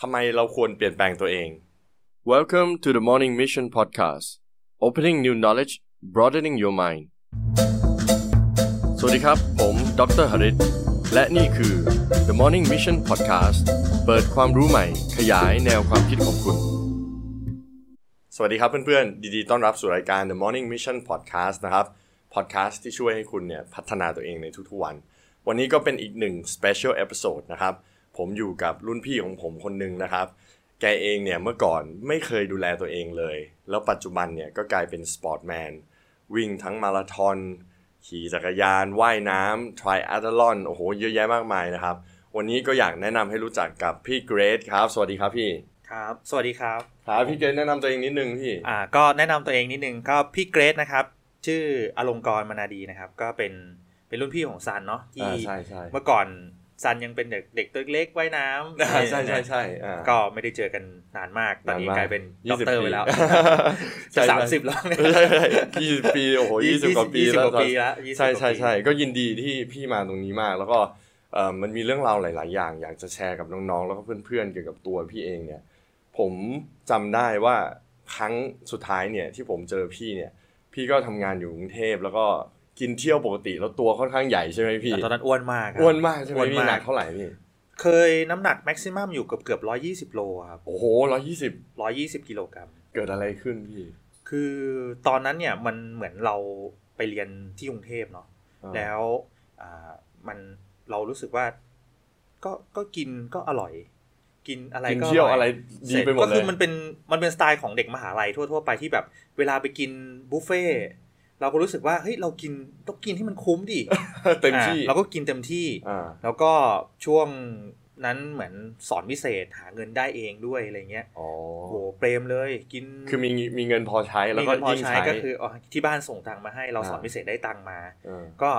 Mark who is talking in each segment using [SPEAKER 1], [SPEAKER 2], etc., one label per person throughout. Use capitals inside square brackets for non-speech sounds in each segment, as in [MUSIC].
[SPEAKER 1] ทำไมเราควรเปลี่ยนแปลงตัวเอง
[SPEAKER 2] Welcome to the Morning Mission Podcast Opening New Knowledge Broadening Your Mind สวัสดีครับ ผมดรหริตและนี่คือ The Morning Mission Podcast เปิดความรู้ใหม่ขยายแนวความคิดของคุณ
[SPEAKER 1] สวัสดีครับเพื่อนๆ ดีๆ ต้อนรับสู่รายการ The Morning Mission Podcast นะครับ podcast ที่ช่วยให้คุณเนี่ยพัฒนาตัวเองในทุกๆวัน วันนี้ก็เป็นอีกหนึ่ง special episode นะครับ ผมอยู่กับรุ่นพี่ของผมคนหนึ่งนะครับ แกเองเนี่ยเมื่อก่อนไม่เคยดูแลตัวเองเลย แล้วปัจจุบันเนี่ยก็กลายเป็นสปอร์ตแมน วิ่งทั้งมาราธอน ขี่จักรยาน ว่ายน้ำทริอัลลอน โอ้โห เยอะแยะมากมายนะครับ วันนี้ก็อยากแนะนำให้รู้จักกับพี่เกรซครับ สวัสดีครับพี่
[SPEAKER 3] ครับ สวัสดีครับ
[SPEAKER 1] ครับพี่เกรซแนะนำตัวเองนิดนึงพี่
[SPEAKER 3] อ่า ก็แนะนำตัวเองนิดนึงก็พี่เกรซนะครับ ชื่ออลงกรณ์มนาดีนะครับ ก็เป็น เป็นรุ่นพี่ของซันเนาะ ที่
[SPEAKER 1] อ่าใช่ใช่
[SPEAKER 3] เมื่อก่อนซันยังเป็นเด็กเด็กตัวเล็กว่ายน้ำ
[SPEAKER 1] อ่าใช่ใช่ใช่อ่า
[SPEAKER 3] ก็ไม่ได้เจอกันนานมาก ตอนนี้
[SPEAKER 1] นานมาก
[SPEAKER 3] กลายเป็น
[SPEAKER 1] ยี่
[SPEAKER 3] ด็อก
[SPEAKER 1] สิบ
[SPEAKER 3] เตอร์
[SPEAKER 1] ปี
[SPEAKER 3] ไปแล้ว
[SPEAKER 1] ใช่ใช่
[SPEAKER 3] สามสิบแล้วเนี่ย
[SPEAKER 1] ใช่ใช่ยี่สิบปีโอ้โหยี่สิบกว่าปี
[SPEAKER 3] ยี่สิบ
[SPEAKER 1] แล้ว
[SPEAKER 3] กว่าปีแล้วยี่สิบ
[SPEAKER 1] ใช่
[SPEAKER 3] กว่า
[SPEAKER 1] ใช่
[SPEAKER 3] ปี
[SPEAKER 1] ใช่ก็ยินดีที่พี่มาตรงนี้มาก แล้วก็เอ่อมันมีเรื่องราวหลาย ๆ อย่าง อยากจะแชร์กับน้อง ๆ แล้วก็เพื่อน ๆ เกี่ยวกับตัวพี่เองเนี่ย ผมจำได้ว่าครั้งสุดท้ายเนี่ยที่ผมเจอพี่เนี่ย พี่ก็ทำงานอยู่กรุงเทพแล้วก็กินเที่ยวปกติแล้วตัวค่อนข้างใหญ่ใช่ไหมพี่
[SPEAKER 3] แต่ตอนนั้นอ้วนมากครับ
[SPEAKER 1] อ้วนมากใช่ไหม
[SPEAKER 3] อ้วน
[SPEAKER 1] พี่
[SPEAKER 3] มาก
[SPEAKER 1] หนักเท่าไหร่พี่
[SPEAKER 3] เคยน้ำหนักแม็กซิมัมอยู่เกือบเกือบร้อยยี่สิบโลครับ
[SPEAKER 1] โอ้โหร้อยยี่สิบ
[SPEAKER 3] ร้อยยี่สิบกิโลกรัม
[SPEAKER 1] เกิดอะไรขึ้นพี่
[SPEAKER 3] คือตอนนั้นเนี่ยมันเหมือนเราไปเรียนที่กรุงเทพเนาะ
[SPEAKER 1] อ่า
[SPEAKER 3] แล้วอ่ามันเรารู้สึกว่าก็ก็กินก็อร่อย กินอะไร
[SPEAKER 1] กิน
[SPEAKER 3] ก็
[SPEAKER 1] เที่ยวอะไรดี
[SPEAKER 3] เสร็จ
[SPEAKER 1] ไปหมด
[SPEAKER 3] ก็
[SPEAKER 1] เล
[SPEAKER 3] คื
[SPEAKER 1] ย
[SPEAKER 3] อมันเป็นมันเป็นสไตล์ของเด็กมหาลัยทั่ว ๆ ไปที่แบบ เวลาไปกินบุฟเฟ่ต์เราก็รู้สึกว่าเฮ้ยเรากินต้องกินให้มันคุ้มดิ
[SPEAKER 1] [LAUGHS] เต็มที่
[SPEAKER 3] อ่าเราก็กินเต็มที่
[SPEAKER 1] อ่า
[SPEAKER 3] แล้วก็ช่วงนั้นเหมือนสอนพิเศษหาเงินได้เองด้วยอะไรเงี้ย
[SPEAKER 1] อ๋อ
[SPEAKER 3] โอ้โหเปรมเลยกิน
[SPEAKER 1] คือมีมีเงินพอใช้แล้วก็
[SPEAKER 3] มีเงินพอ
[SPEAKER 1] ยิ่ง
[SPEAKER 3] ใช้
[SPEAKER 1] ใช้
[SPEAKER 3] ก็คืออ๋อที่บ้านส่งตังค์มาให้เรา
[SPEAKER 1] อ่า
[SPEAKER 3] สอนพิเศษได้ตังค์มา
[SPEAKER 1] เออ
[SPEAKER 3] ก็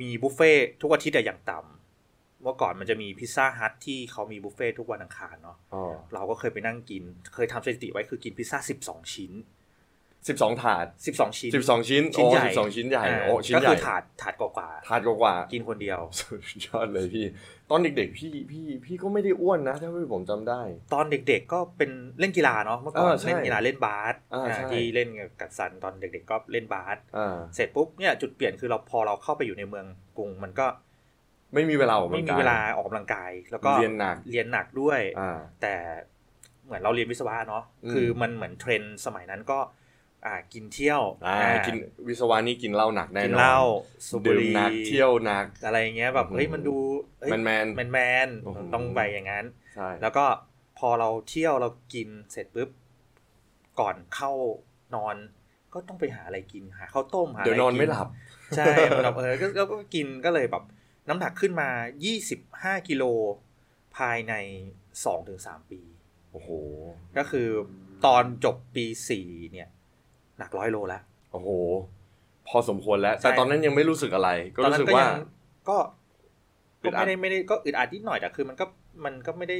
[SPEAKER 3] มีบุฟเฟ่ทุกอาทิตย์อะอย่างต่ำเมื่อก่อนมันจะมีพิซซ่าฮัทที่เขามีบุฟเฟ่ทุกวันอังคารเนาะ
[SPEAKER 1] อ๋อ
[SPEAKER 3] เราก็เคยไปนั่งกิน เคยทำสถิติไว้คือกินพิซซ่า12 ชิ้น
[SPEAKER 1] สิบสองถาด
[SPEAKER 3] 12 ชิ้น
[SPEAKER 1] สิบสองชิ้น
[SPEAKER 3] ชิ้น
[SPEAKER 1] โอ้
[SPEAKER 3] ใหญ่
[SPEAKER 1] สิบสองชิ้นใหญ่
[SPEAKER 3] อ่า
[SPEAKER 1] โอ้ชิ้น
[SPEAKER 3] ก็
[SPEAKER 1] ให
[SPEAKER 3] คื
[SPEAKER 1] ญ่
[SPEAKER 3] อถาดถาดกว่า
[SPEAKER 1] ถาดกว่า
[SPEAKER 3] ๆกินคนเดียว
[SPEAKER 1] ๆสุดยอดเลยพี่ ตอนเด็กๆพี่พี่พี่ก็ไม่ได้อ้วนนะถ้าพี่ผมจำได้
[SPEAKER 3] ตอนเด็กๆก็เป็นเล่นกีฬาเนาะเมื่อก่อน
[SPEAKER 1] เออใช่
[SPEAKER 3] เล่นกีฬาเล่นบาส
[SPEAKER 1] อ่า
[SPEAKER 3] อ่า
[SPEAKER 1] ใช่
[SPEAKER 3] ที่เล่นกับซันตอนเด็ก ๆ ก็เล่นบาส
[SPEAKER 1] อ่า
[SPEAKER 3] เสร็จปุ๊บเนี่ยจุดเปลี่ยนคือเราพอเราเข้าไปอยู่ในเมืองกรุงมันก็
[SPEAKER 1] ไม่มีเวลาออกกำ
[SPEAKER 3] ไม่
[SPEAKER 1] ง
[SPEAKER 3] มี
[SPEAKER 1] กย
[SPEAKER 3] เวลาออกกำลังกาย แล้วก็
[SPEAKER 1] เรียนหนัก
[SPEAKER 3] เรียนหนักด้วย
[SPEAKER 1] อ่า
[SPEAKER 3] แต่เหมือนเราเรียนวิศวะเนาะ
[SPEAKER 1] อืม
[SPEAKER 3] คือมันเหมือนเทรนด์สมัยนั้นก็อ่ากินเที่ยว
[SPEAKER 1] อ่า
[SPEAKER 3] อ่า
[SPEAKER 1] กินวิศวะนี่กินเหล้าหนักแน่
[SPEAKER 3] กิ
[SPEAKER 1] น
[SPEAKER 3] น
[SPEAKER 1] อน
[SPEAKER 3] เหล้าสูบบุ
[SPEAKER 1] ดื่มห
[SPEAKER 3] หรี่
[SPEAKER 1] นักเที่ยวหนัก
[SPEAKER 3] อะไรเงี้ยแบบเฮ้ย
[SPEAKER 1] อืม
[SPEAKER 3] มันดูเฮ้ย
[SPEAKER 1] แมนแมน
[SPEAKER 3] แมนแมน
[SPEAKER 1] โอ้โห
[SPEAKER 3] ต้องไปอย่างนั้น
[SPEAKER 1] ใช่
[SPEAKER 3] แล้วก็พอเราเที่ยวเรากินเสร็จปุ๊บก่อนเข้านอน ก็ต้องไปหาอะไรกินหาข้าวต้มหาะร
[SPEAKER 1] เดี๋ยวนอน
[SPEAKER 3] กิ
[SPEAKER 1] ไม่หลับ
[SPEAKER 3] ใช่มันแบบเออก็ก็ก็กินก็เลยแบบน้ำหนักขึ้นมา 25 กิโลภายใน 2-3 ปี
[SPEAKER 1] โอ้โห
[SPEAKER 3] ก็คือตอนจบปี 4 เนี่ย หนักร้อยโลแล้ว
[SPEAKER 1] โอ้โห พอสมควรแล้ว แต่
[SPEAKER 3] ใช่
[SPEAKER 1] ตอนนั้นยังไม่รู้สึกอะไร ก็
[SPEAKER 3] ตอน
[SPEAKER 1] รู้
[SPEAKER 3] นั้
[SPEAKER 1] สึก
[SPEAKER 3] นก็
[SPEAKER 1] ว่า
[SPEAKER 3] ยังก็
[SPEAKER 1] อึด
[SPEAKER 3] ก็
[SPEAKER 1] อัด
[SPEAKER 3] ไม่ได้ไม่ได้ก็อึดอัดนิดหน่อยแต่คือมันก็มันก็ไม่ได้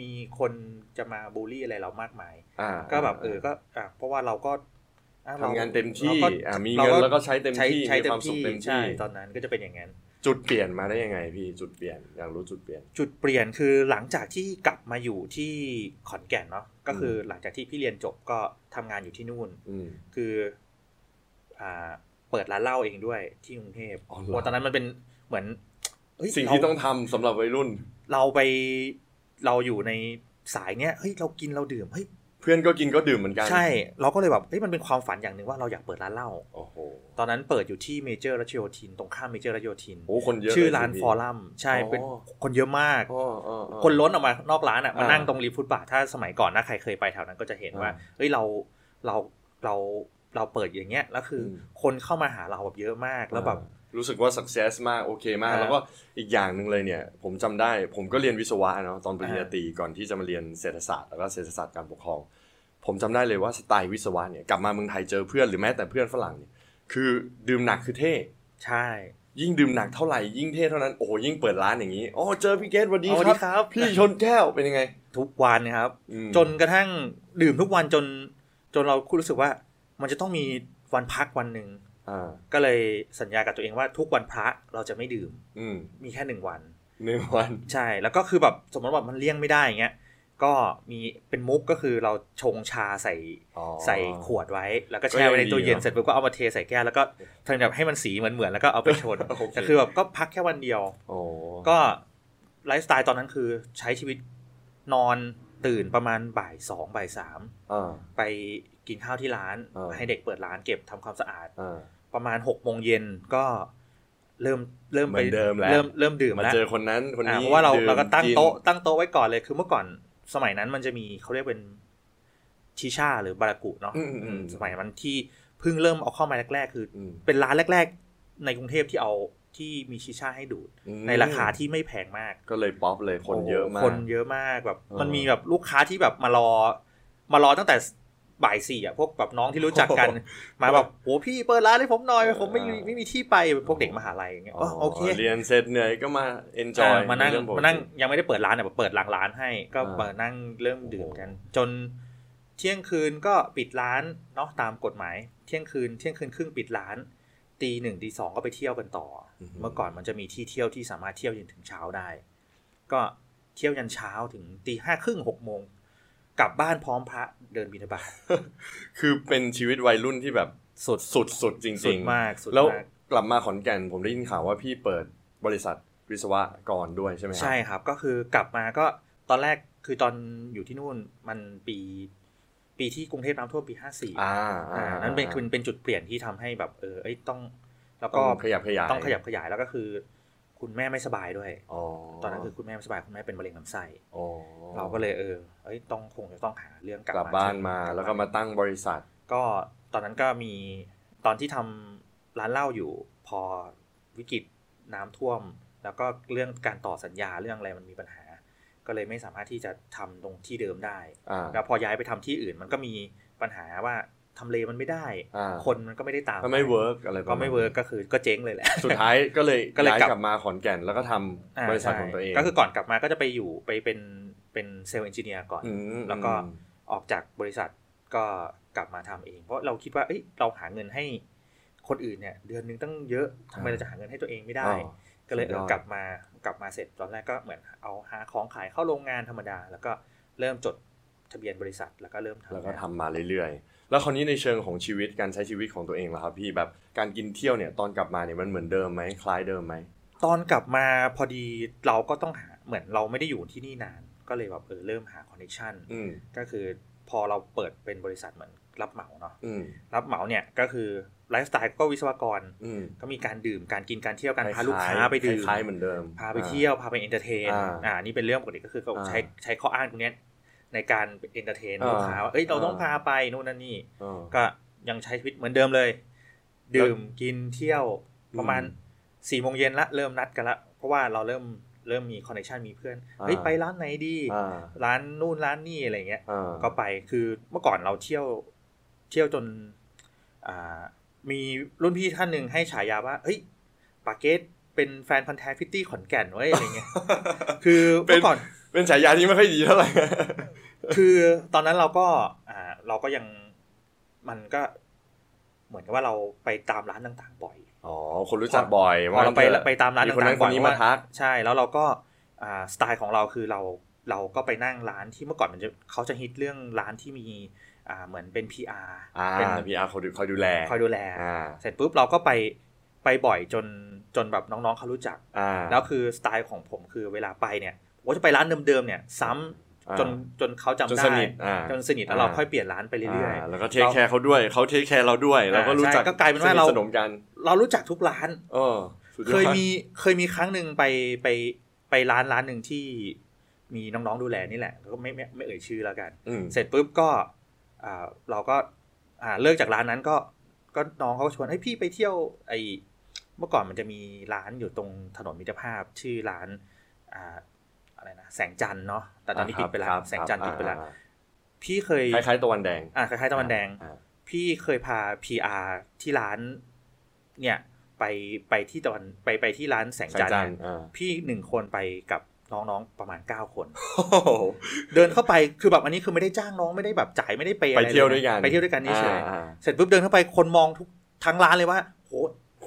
[SPEAKER 3] มีคนจะมาบูลลี่อะไรเรามากมาย
[SPEAKER 1] อ่า
[SPEAKER 3] ก็แบบเออก็อ่ะเพราะว่าเราก็อ่ะร
[SPEAKER 1] ทำงานเต็มที่
[SPEAKER 3] ราก็
[SPEAKER 1] อ่ะมีเงิน
[SPEAKER 3] รา
[SPEAKER 1] แล้วก็ใช้เต็ม
[SPEAKER 3] ใช้
[SPEAKER 1] ที่
[SPEAKER 3] ใช้
[SPEAKER 1] มี
[SPEAKER 3] เต็
[SPEAKER 1] ค
[SPEAKER 3] ม
[SPEAKER 1] วามสุข
[SPEAKER 3] ที่
[SPEAKER 1] เต็ม
[SPEAKER 3] ใช่
[SPEAKER 1] ที่
[SPEAKER 3] ตอนนั้นก็จะเป็นอย่างนั้น
[SPEAKER 1] จุดเปลี่ยนมาได้ยังไงพี่จุดเปลี่ยนอยากรู้จุดเปลี่ยน
[SPEAKER 3] จุดเปลี่ยนคือหลังจากที่กลับมาอยู่ที่ขอนแก่นเนาะก็คือหลังจากที่พี่เรียนจบก็ทำงานอยู่ที่นู่น
[SPEAKER 1] อืม
[SPEAKER 3] คืออ่าเปิดร้านเหล้าเองด้วยที่กรุงเทพ
[SPEAKER 1] อ๋อเหรอ
[SPEAKER 3] โอ้ตอนนั้นมันเป็นเหมือนเฮ้ย
[SPEAKER 1] สิ่งที่
[SPEAKER 3] เรา
[SPEAKER 1] ต้องทำสำหรับวัยรุ่น
[SPEAKER 3] เราไปเราอยู่ในสายเนี้ยเฮ้ยเรากินเราดื่มเฮ้ย
[SPEAKER 1] เพื่อนก็กินก็ดื่มเหมือนกัน
[SPEAKER 3] ใช่เราก็เลยแบบเฮ้ยมันเป็นความฝันอย่างหนึ่งว่าเราอยากเปิดร้านเหล้า
[SPEAKER 1] โอ้โห
[SPEAKER 3] ตอนนั้นเปิดอยู่ที่เมเจอร์รัชโยธินตรงข้ามเมเจอร์รัชโยธิน
[SPEAKER 1] โอ้คนเยอะ
[SPEAKER 3] ชื่อ
[SPEAKER 1] เลย
[SPEAKER 3] ร้าน
[SPEAKER 1] สิพี่
[SPEAKER 3] ฟอรัมใช่เป็น
[SPEAKER 1] อ๋อ
[SPEAKER 3] คนเยอะมาก
[SPEAKER 1] อ๋ออ๋ออ๋อ
[SPEAKER 3] คนล้นออกมานอกร้านอ่ะมา
[SPEAKER 1] อ่า
[SPEAKER 3] นั่งตรงริมฟุตบาทถ้าสมัยก่อนนะใครเคยไปแถวนั้นก็จะเห็นว่า
[SPEAKER 1] อ่า
[SPEAKER 3] เอ้ยเราเราเราเราเปิดอย่างเงี้ยแล้วคืออ
[SPEAKER 1] ม
[SPEAKER 3] คนเข้ามาหาเราแบบเยอะมากแล้วแบบ
[SPEAKER 1] รู้สึกว่า success มากโอเคมาก
[SPEAKER 3] อ่า
[SPEAKER 1] แล้วก็อีกอย่างหนึ่งเลยเนี่ย ผมจำได้ ผมก็เรียนวิศวะเนาะตอนปริญญาตรีก่อนที่จะมาเรียนเศรษฐศาสตร์แล้วก็เศรษฐศาสตร์การปกครอง ผมจำได้เลยว่าสไตล์วิศวะเนี่ยกลับมาเมืองไทยเจอเพื่อนหรือแม้แต่เพื่อนฝรั่งเนี่ยคือดื่มหนักคือเท่
[SPEAKER 3] ใช่
[SPEAKER 1] ยิ่งดื่มหนักเท่าไหร่ยิ่งเท่เท่านั้นโอ้โหยิ่งเปิดร้านอย่างนี้อ๋อเจอพี่เกตวันดี
[SPEAKER 3] เอาสวัส
[SPEAKER 1] ค
[SPEAKER 3] ดี
[SPEAKER 1] รับ
[SPEAKER 3] ครับ
[SPEAKER 1] พี่ชนแก้วเป็นยังไง
[SPEAKER 3] ทุกวันครับ
[SPEAKER 1] อืม
[SPEAKER 3] จนกระทั่งดื่มทุกวันจนจนเราคุณรู้สึกว่า มันจะต้องมีวันพักวันหนึ่ง
[SPEAKER 1] อ่า
[SPEAKER 3] ก็เลยสัญญากับตัวเองว่าทุกวันพระเราจะไม่ดื่ม
[SPEAKER 1] อืม
[SPEAKER 3] มีแค่หนึ่งวัน
[SPEAKER 1] หนึ่งวัน
[SPEAKER 3] ใช่แล้วก็คือแบบสมมติว่ามันเลี่ยงไม่ได้อย่างเงี้ย ก็มีเป็นมุกก็คือเราชงชาใส่
[SPEAKER 1] อ๋อ
[SPEAKER 3] ใส่ขวดไว้ แล้วก็
[SPEAKER 1] ก็
[SPEAKER 3] แช่
[SPEAKER 1] ยัง
[SPEAKER 3] ไว้ในตู้เย็น
[SPEAKER 1] ดีเนอะ
[SPEAKER 3] เสร็จปุ๊บก็เอามาเทใส่แก้วแล้วก็ทำแบบให้มันสีเหมือนเหมือนๆแล้วก็เอาไปชนแต่คือแบบก็พักแค่วันเดียว
[SPEAKER 1] โอ้
[SPEAKER 3] ก็ไลฟ์สไตล์ตอนนั้นคือใช้ชีวิตนอนตื่นประมาณบ่ายสองบ่ายสาม
[SPEAKER 1] อ่า
[SPEAKER 3] ไปกินข้าวที่ร้าน
[SPEAKER 1] อ่า
[SPEAKER 3] ให้เด็กเปิดร้านเก็บทำความสะอาด
[SPEAKER 1] อ่า
[SPEAKER 3] ประมาณหกโมงเย็นก็เริ่มเริ่ม
[SPEAKER 1] เหมื
[SPEAKER 3] ไป
[SPEAKER 1] อนเดิมแล้ว
[SPEAKER 3] เริ่มเริ่มดื่ม
[SPEAKER 1] มา
[SPEAKER 3] แล้ว
[SPEAKER 1] เจอคนนั้นคน
[SPEAKER 3] อ่า
[SPEAKER 1] นี้
[SPEAKER 3] เพราะว่าเรา
[SPEAKER 1] ดื่ม
[SPEAKER 3] เราก็ตั้ง
[SPEAKER 1] น
[SPEAKER 3] โต๊ะตั้งโต๊ะไว้ก่อนเลยคือเมื่อก่อนสมัยนั้นมันจะมีเขาเรียกเป็นชิชาหรือบารากุเนาะ
[SPEAKER 1] อืมอืมอืม
[SPEAKER 3] สมัยมันที่เพิ่งเริ่มเอาเข้ามาแรกๆ คืออ
[SPEAKER 1] อืม
[SPEAKER 3] เป็นร้านแรก ๆ ในกรุงเทพที่เอาที่มีชิชาให้ดูด
[SPEAKER 1] อืม
[SPEAKER 3] ในราคาที่ไม่แพงมาก
[SPEAKER 1] ก็เลยป๊อปเลยคนเยอะมาก
[SPEAKER 3] คนเยอะมากแบบ
[SPEAKER 1] เออ
[SPEAKER 3] มันมีแบบลูกค้าที่แบบมารอ มารอตั้งแต่บ่ายสี่อ่ะพวกแบบน้องที่รู้จักกัน
[SPEAKER 1] โอ้โ
[SPEAKER 3] มาแบบโหพี่เปิดร้านให้ผมหน่อย
[SPEAKER 1] เออ
[SPEAKER 3] ผมไม่มี
[SPEAKER 1] เออ
[SPEAKER 3] ไม่มีที่ไปเป็นพวกเด็กมหาลัยอย่างเงี้ยอ๋อโอเค
[SPEAKER 1] เรียนเสร็จเหนื่อยก็มาเอนจอย
[SPEAKER 3] เออมานั่งมานั่งยังไม่ได้เปิดร้านอ่ะแบบเปิดหลังร้านให้ ก็
[SPEAKER 1] เออ
[SPEAKER 3] มานั่งเริ่มดื่มกัน จนเที่ยงคืนก็ปิดร้านเนาะตามกฎหมาย เที่ยงคืนเที่ยงคืนครึ่งปิดร้านตีหนึ่งตีสองก็ไปเที่ยวกันต่อ เมื่อก่อนมันจะมีที่เที่ยวที่สามารถเที่ยวยันถึงเช้าได้ ก็เที่ยวยันเช้าถึงตีห้าครึ่งหกโมงกลับบ้านพร้อมพระเดินบิณฑบาต
[SPEAKER 1] คือเป็นชีวิตวัยรุ่นที่แบบ
[SPEAKER 3] สุด
[SPEAKER 1] สุดสุดจ
[SPEAKER 3] สุ
[SPEAKER 1] ริ
[SPEAKER 3] ด
[SPEAKER 1] ง
[SPEAKER 3] มากสุด
[SPEAKER 1] แล้ว
[SPEAKER 3] มาก
[SPEAKER 1] กลับมาขอนแก่นผมได้ยินข่าวว่าพี่เปิดบริษัทวิศวกรด้วยใช่ไหมครับ
[SPEAKER 3] ใช่ครับ ก็คือกลับมาก็ตอนแรกคือตอนอยู่ที่นู่นมันปี ปีที่กรุงเทพน้ำท่วมปีห้าสี่
[SPEAKER 1] อ่าอ่า
[SPEAKER 3] อ่านั่นเป็นเป็นเป็นจุดเปลี่ยนที่ทำให้แบบเออเอ้ยต้อง แล้ว
[SPEAKER 1] ต้
[SPEAKER 3] ก็
[SPEAKER 1] องขยับขยาย
[SPEAKER 3] ต้องขยับขยายแล้วก็คือ คุณแม่ไม่สบายด้วย
[SPEAKER 1] อ๋อ
[SPEAKER 3] ตอนนั้นคือคุณแม่ไม่สบายคุณแม่เป็นมะเร็งลำไส้
[SPEAKER 1] อ๋อ
[SPEAKER 3] เราก็เลยเออ เอ้ย ต้องคงจะต้องหาเรื่องกลับ
[SPEAKER 1] กลับบ้านมา
[SPEAKER 3] ใช่
[SPEAKER 1] แล้วก็มาตั้งบริษัท
[SPEAKER 3] ก็ตอนนั้นก็มีตอนที่ทำร้านเหล้าอยู่พอวิกฤตน้ำท่วม แล้วก็เรื่องการต่อสัญญาเรื่องอะไรมันมีปัญหา ก็เลยไม่สามารถที่จะทำตรงที่เดิมได้
[SPEAKER 1] อ่า
[SPEAKER 3] แล้วพอย้ายไปทำที่อื่นมันก็มีปัญหาว่าทำเลมันไม่ได้
[SPEAKER 1] อ่า
[SPEAKER 3] คนมันก็ไม่ได้ตาม
[SPEAKER 1] ก็ไม่เวิร์กอะไรประาณ
[SPEAKER 3] ก็ไม่เวิร์กก็คือก็เจ๊งเลยแหละ
[SPEAKER 1] สุดท้ายก็เลย
[SPEAKER 3] ก็เลย
[SPEAKER 1] ย้าย
[SPEAKER 3] กลับ
[SPEAKER 1] กลับมาขอนแก่นแล้วก็ทำ
[SPEAKER 3] อ่า
[SPEAKER 1] บริษัท
[SPEAKER 3] ใช่
[SPEAKER 1] ของตัวเอง
[SPEAKER 3] ก็คือก่อนกลับมาก็จะไปอยู่ไปเป็นเป็นเซลล์เอนจิเนียร์ก่อน
[SPEAKER 1] ม
[SPEAKER 3] แล้วก็ ออกจากบริษัทก็กลับมาทำเอง เพราะเราคิดว่าเอ้ยเราหาเงินให้คนอื่นเนี่ย เดือนนึงตั้งเยอะทำไมเราจะหาเงินให้ตัวเองไม่ได้
[SPEAKER 1] อ๋อ
[SPEAKER 3] ก็เลย
[SPEAKER 1] สุดยอด
[SPEAKER 3] กลับมากลับมาเสร็จตอนแรกก็เหมือนเอาหาของขายเข้าโรงงานธรรมดา แล้วก็เริ่มจดทะเบียนบริษัทแล้วก็เริ่มทำ
[SPEAKER 1] แล้วก็ทำมาเรื่อยๆ แล้วคราวนี้ในเชิงของชีวิตการใช้ชีวิตของตัวเองล่ะครับพี่แบบการกินเที่ยวเนี่ยตอนกลับมาเนี่ยมันเหมือนเดิมไหมคล้ายเดิมไหม
[SPEAKER 3] ตอนกลับมาพอดีเราก็ต้องหาเหมือนเราไม่ได้อยู่ที่นี่นาน ก็เลยแบบเออเริ่มหาคอนเนคชั่น
[SPEAKER 1] อืม
[SPEAKER 3] ก็คือพอเราเปิดเป็นบริษัทเหมือนรับเหมาเนาะ
[SPEAKER 1] อืม
[SPEAKER 3] รับเหมาเนี่ยก็คือไลฟ์สไตล์ก็วิศวกร
[SPEAKER 1] อืม
[SPEAKER 3] ก็มีการดื่มการกินการเที่ยวการ
[SPEAKER 1] ล้
[SPEAKER 3] พา
[SPEAKER 1] ยๆ
[SPEAKER 3] ลูกค้าไปดื่ม
[SPEAKER 1] คล้ายๆเหมือนเดิม
[SPEAKER 3] พาไปเที่ยวพาไปเอนเตอร์เทน
[SPEAKER 1] อ่า
[SPEAKER 3] อ่านี่เป็นเรื่องปกติก็คือเขา
[SPEAKER 1] อ่า
[SPEAKER 3] ใช้ใช้ข้ออ้างตรงเนี้ยในการเอนเตอร์เทน
[SPEAKER 1] อ่า
[SPEAKER 3] ลูกค้าว่าเอ้ยเราต้อง
[SPEAKER 1] อ่า
[SPEAKER 3] พาไปนู่นนั่นนี่
[SPEAKER 1] อ่า
[SPEAKER 3] ก็ยังใช้ชีวิตเหมือนเดิมเลย ดื่มกินเที่ยวประมาณ
[SPEAKER 1] อืม
[SPEAKER 3] สี่โมงเย็นละเริ่มนัดกันละเพราะว่าเราเริ่มเริ่มมีคอนเนคชันมีเพื่อนเฮ้ย
[SPEAKER 1] อ่า
[SPEAKER 3] ไปร้านไหนดี
[SPEAKER 1] อ่า
[SPEAKER 3] ร้านนู่นร้านนี่อะไรอย่างเงี้ย
[SPEAKER 1] อ่า
[SPEAKER 3] ก็ไปคือเมื่อก่อนเราเที่ยวเที่ยวจนอ่ามีรุ่นพี่ท่านหนึ่งให้ฉายาว่าเฮ้ยปาเกตเป็นแฟนพันธ์แท้พิตตี้ขอนแก่นเว้ยอะไรเงี้ย
[SPEAKER 1] [LAUGHS]
[SPEAKER 3] คือเมื่อก่อน
[SPEAKER 1] เป็นฉายาที่ไม่ค่อยดีเท่าไหร่
[SPEAKER 3] คือตอนนั้นเราก็อ่าเราก็ยังมันก็เหมือนกับว่าเราไปตามร้านต่างๆบ่อย
[SPEAKER 1] อ๋อคนรู้จักบ่อย
[SPEAKER 3] พอเราไป
[SPEAKER 1] งั้นถอะ
[SPEAKER 3] ไปตามร้าน
[SPEAKER 1] มีคนนั้นคน
[SPEAKER 3] ต่างๆ
[SPEAKER 1] นี้
[SPEAKER 3] บ่
[SPEAKER 1] มา
[SPEAKER 3] อยว่า
[SPEAKER 1] ทัก
[SPEAKER 3] ใช่แล้วเราก็อ่าสไตล์ของเราคือเราเราก็ไปนั่งร้านที่เมื่อก่อนมันจะเขาจะฮิตเรื่องร้านที่มีอ่าเหมือนเป็น PR
[SPEAKER 1] อ่า
[SPEAKER 3] เป็น
[SPEAKER 1] พี่อาร์คอยดูคอยดูแล
[SPEAKER 3] คอยดูแล
[SPEAKER 1] อ่า
[SPEAKER 3] เสร็จปุ๊บเราก็ไปไปบ่อยจนจนแบบน้องๆเขารู้จัก
[SPEAKER 1] อ่า
[SPEAKER 3] แล้วคือสไตล์ของผมคือเวลาไปเนี่ยผมก็จะไปร้านเดิมๆเนี่ยซ้ำ
[SPEAKER 1] อ่า
[SPEAKER 3] จนจนเขาจำ
[SPEAKER 1] จน
[SPEAKER 3] ได้
[SPEAKER 1] สนิทอ่า
[SPEAKER 3] จนสนิทแล้วเราค่อยเปลี่ยนร้านไปเรื่อย
[SPEAKER 1] าแล้วก็เทคแคร์เขาด้วยเขาเทคแคร์เราด้วยเราก็รู้จัก
[SPEAKER 3] ใช่ก็กลายเป็นว่าเรา
[SPEAKER 1] สทสนมกัน
[SPEAKER 3] ๆ เรารู้จักทุกร้าน
[SPEAKER 1] เออสุดอด
[SPEAKER 3] เคยมีเคยมีครั้งหนึ่งไปไปไปร้านร้านหนึ่งที่มีน้องๆดูแลนี่แหละก็ไม่ไม่ไม่เอ่ยชื่อแล้วกัน
[SPEAKER 1] อืม
[SPEAKER 3] เสร็จปุ๊บก็อ่าเราก็อ่าเลิกจากร้านนั้นก็ก็น้องเขาก็ชวนให้ยพี่ไปเที่ยวไอเมื่อก่อนมันจะมีร้านอยู่ตรงถนนมิตรภาพชื่อร้านอ่าอะไรนะแสงจันทร์เนาะแต่ตอนนี้ปิดไปแล้ว
[SPEAKER 1] ครับ
[SPEAKER 3] แสงจันทร์
[SPEAKER 1] ค
[SPEAKER 3] ปิ
[SPEAKER 1] รั
[SPEAKER 3] ด
[SPEAKER 1] บ
[SPEAKER 3] ไปแล้ว
[SPEAKER 1] อ่า
[SPEAKER 3] พี่เคย
[SPEAKER 1] อ่าคล้ายๆตะวันแดง
[SPEAKER 3] อ่าคล้ายๆตะวันแดง
[SPEAKER 1] อ่า
[SPEAKER 3] พี่เคยพา PR ที่ร้านเนี่ยไปไปที่ตะวันไปไปที่ร้านแสง
[SPEAKER 1] แสง
[SPEAKER 3] จันท
[SPEAKER 1] จันท
[SPEAKER 3] ร์
[SPEAKER 1] ร์อ่า
[SPEAKER 3] พี่หนึ่งคนไปกับน้องๆประมาณ 9 คน เดินเข้าไปคือแบบอันนี้คือไม่ได้จ้างน้องไม่ได้แบบจ่ายไม่ได้เปย์อะ
[SPEAKER 1] ไป
[SPEAKER 3] ไรลนะ
[SPEAKER 1] เที่ยวด้วยกัน
[SPEAKER 3] ไปเที่ยวด้วยกันนี่เฉย
[SPEAKER 1] อ่าอ่า
[SPEAKER 3] เสร็จปุ๊บเดินเข้าไปคนมองทุกทั้งร้านเลยว่าโห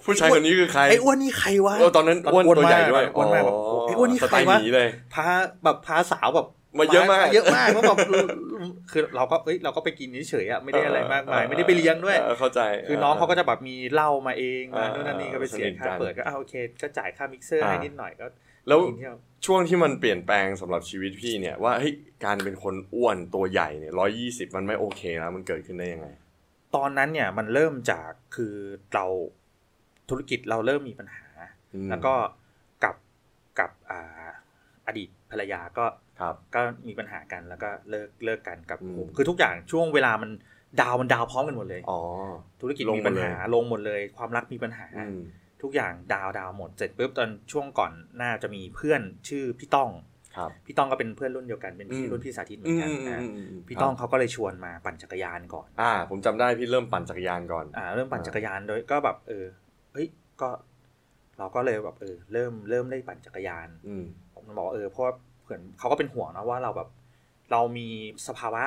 [SPEAKER 1] ผู้ชายคนนี้คือใคร
[SPEAKER 3] ไอ้อ้วนนี่ใครวะ
[SPEAKER 1] เออตอนนั้นอ้วน
[SPEAKER 3] อ้วน
[SPEAKER 1] ตัวใหญ่
[SPEAKER 3] มาก
[SPEAKER 1] ด้วย
[SPEAKER 3] อ้วนมากแบบโอ้ไอ้อ้วนนี่
[SPEAKER 1] สไตล์
[SPEAKER 3] ใครวะ
[SPEAKER 1] หมีเลย
[SPEAKER 3] พาแบบพาสาวแบบ
[SPEAKER 1] มาเยอะมาก
[SPEAKER 3] เยอะมากเมื่อก่อน [LAUGHS] คือเราก็เอ้ยเราก็ไปกินเฉยๆอะไม่ได้อะไรมากมายไม่ได้ไปเลี้ยงด้วย
[SPEAKER 1] ออเข้าใจ
[SPEAKER 3] คือน้องเขาก็จะแบบมีเหล้ามาเองมา
[SPEAKER 1] เออ
[SPEAKER 3] นู่นนั่นนี่ก็ไปเสีย
[SPEAKER 1] สนิทกัน
[SPEAKER 3] ค่าเปิดก็เอาโอเค ก็จ่ายค่ามิกเซอร์
[SPEAKER 1] อ่า
[SPEAKER 3] ให้นิดหน่อยก็
[SPEAKER 1] แล้ว
[SPEAKER 3] กินเที่ยว
[SPEAKER 1] ช่วงที่มันเปลี่ยนแปลงสำหรับชีวิตพี่เนี่ยว่าเฮ้ยการเป็นคนอ้วนตัวใหญ่เนี่ยร้อยี่สิบมันไม่โอเคแล้วมันเกิดขึ้นได้ยังไง
[SPEAKER 3] ตอนนั้นเนี่ยมันเริ่มจากคือเราธุรกิจเราเริ่มมีปัญหา
[SPEAKER 1] อืม
[SPEAKER 3] แล้วก็กับกับอ่าอดีตภรรยาก็
[SPEAKER 1] ครับ
[SPEAKER 3] ก็มีปัญหากันแล้วก็เลิกเลิกกันกับ
[SPEAKER 1] อืม
[SPEAKER 3] ผมคือทุกอย่างช่วงเวลามันดาวมันดาวพร้อมกันหมดเลย
[SPEAKER 1] อ๋อ
[SPEAKER 3] ธุรกิจ
[SPEAKER 1] ลงห
[SPEAKER 3] มี
[SPEAKER 1] มด
[SPEAKER 3] ปัญหา
[SPEAKER 1] เลย
[SPEAKER 3] ลงหมดเลย ความรักมีปัญหา
[SPEAKER 1] อืม
[SPEAKER 3] ทุกอย่างดาวดาวหมดเสร็จปุ๊บตอนช่วงก่อนหน้าจะมีเพื่อนชื่อพี่ต้อง
[SPEAKER 1] ครับ
[SPEAKER 3] พี่ต้องก็เป็นเพื่อนรุ่นเดียวกันเป็น
[SPEAKER 1] อื
[SPEAKER 3] พี่
[SPEAKER 1] ม
[SPEAKER 3] รุ่นพี่สาธิตเหมื
[SPEAKER 1] อื
[SPEAKER 3] อน
[SPEAKER 1] ม
[SPEAKER 3] กัน
[SPEAKER 1] อืมอื
[SPEAKER 3] นะ
[SPEAKER 1] มม
[SPEAKER 3] พี่ต้องเขาก็เลยชวนมาปั่นจักรยานก่อน
[SPEAKER 1] อ่า ผมจำได้พี่เริ่มปั่นจักรยานก่อน
[SPEAKER 3] อ่าเริ่มปั่นจักรยานโดยก็แบบเออเฮ้ยก็ เราก็เลยแบบเออเริ่มเริ่มได้ปั่นจักรยาน
[SPEAKER 1] อืม
[SPEAKER 3] มันบอกว่าเออเพราะว่าเผื่อนเขาก็เป็นห่วงนะว่าเราแบบ เรามีสภาวะ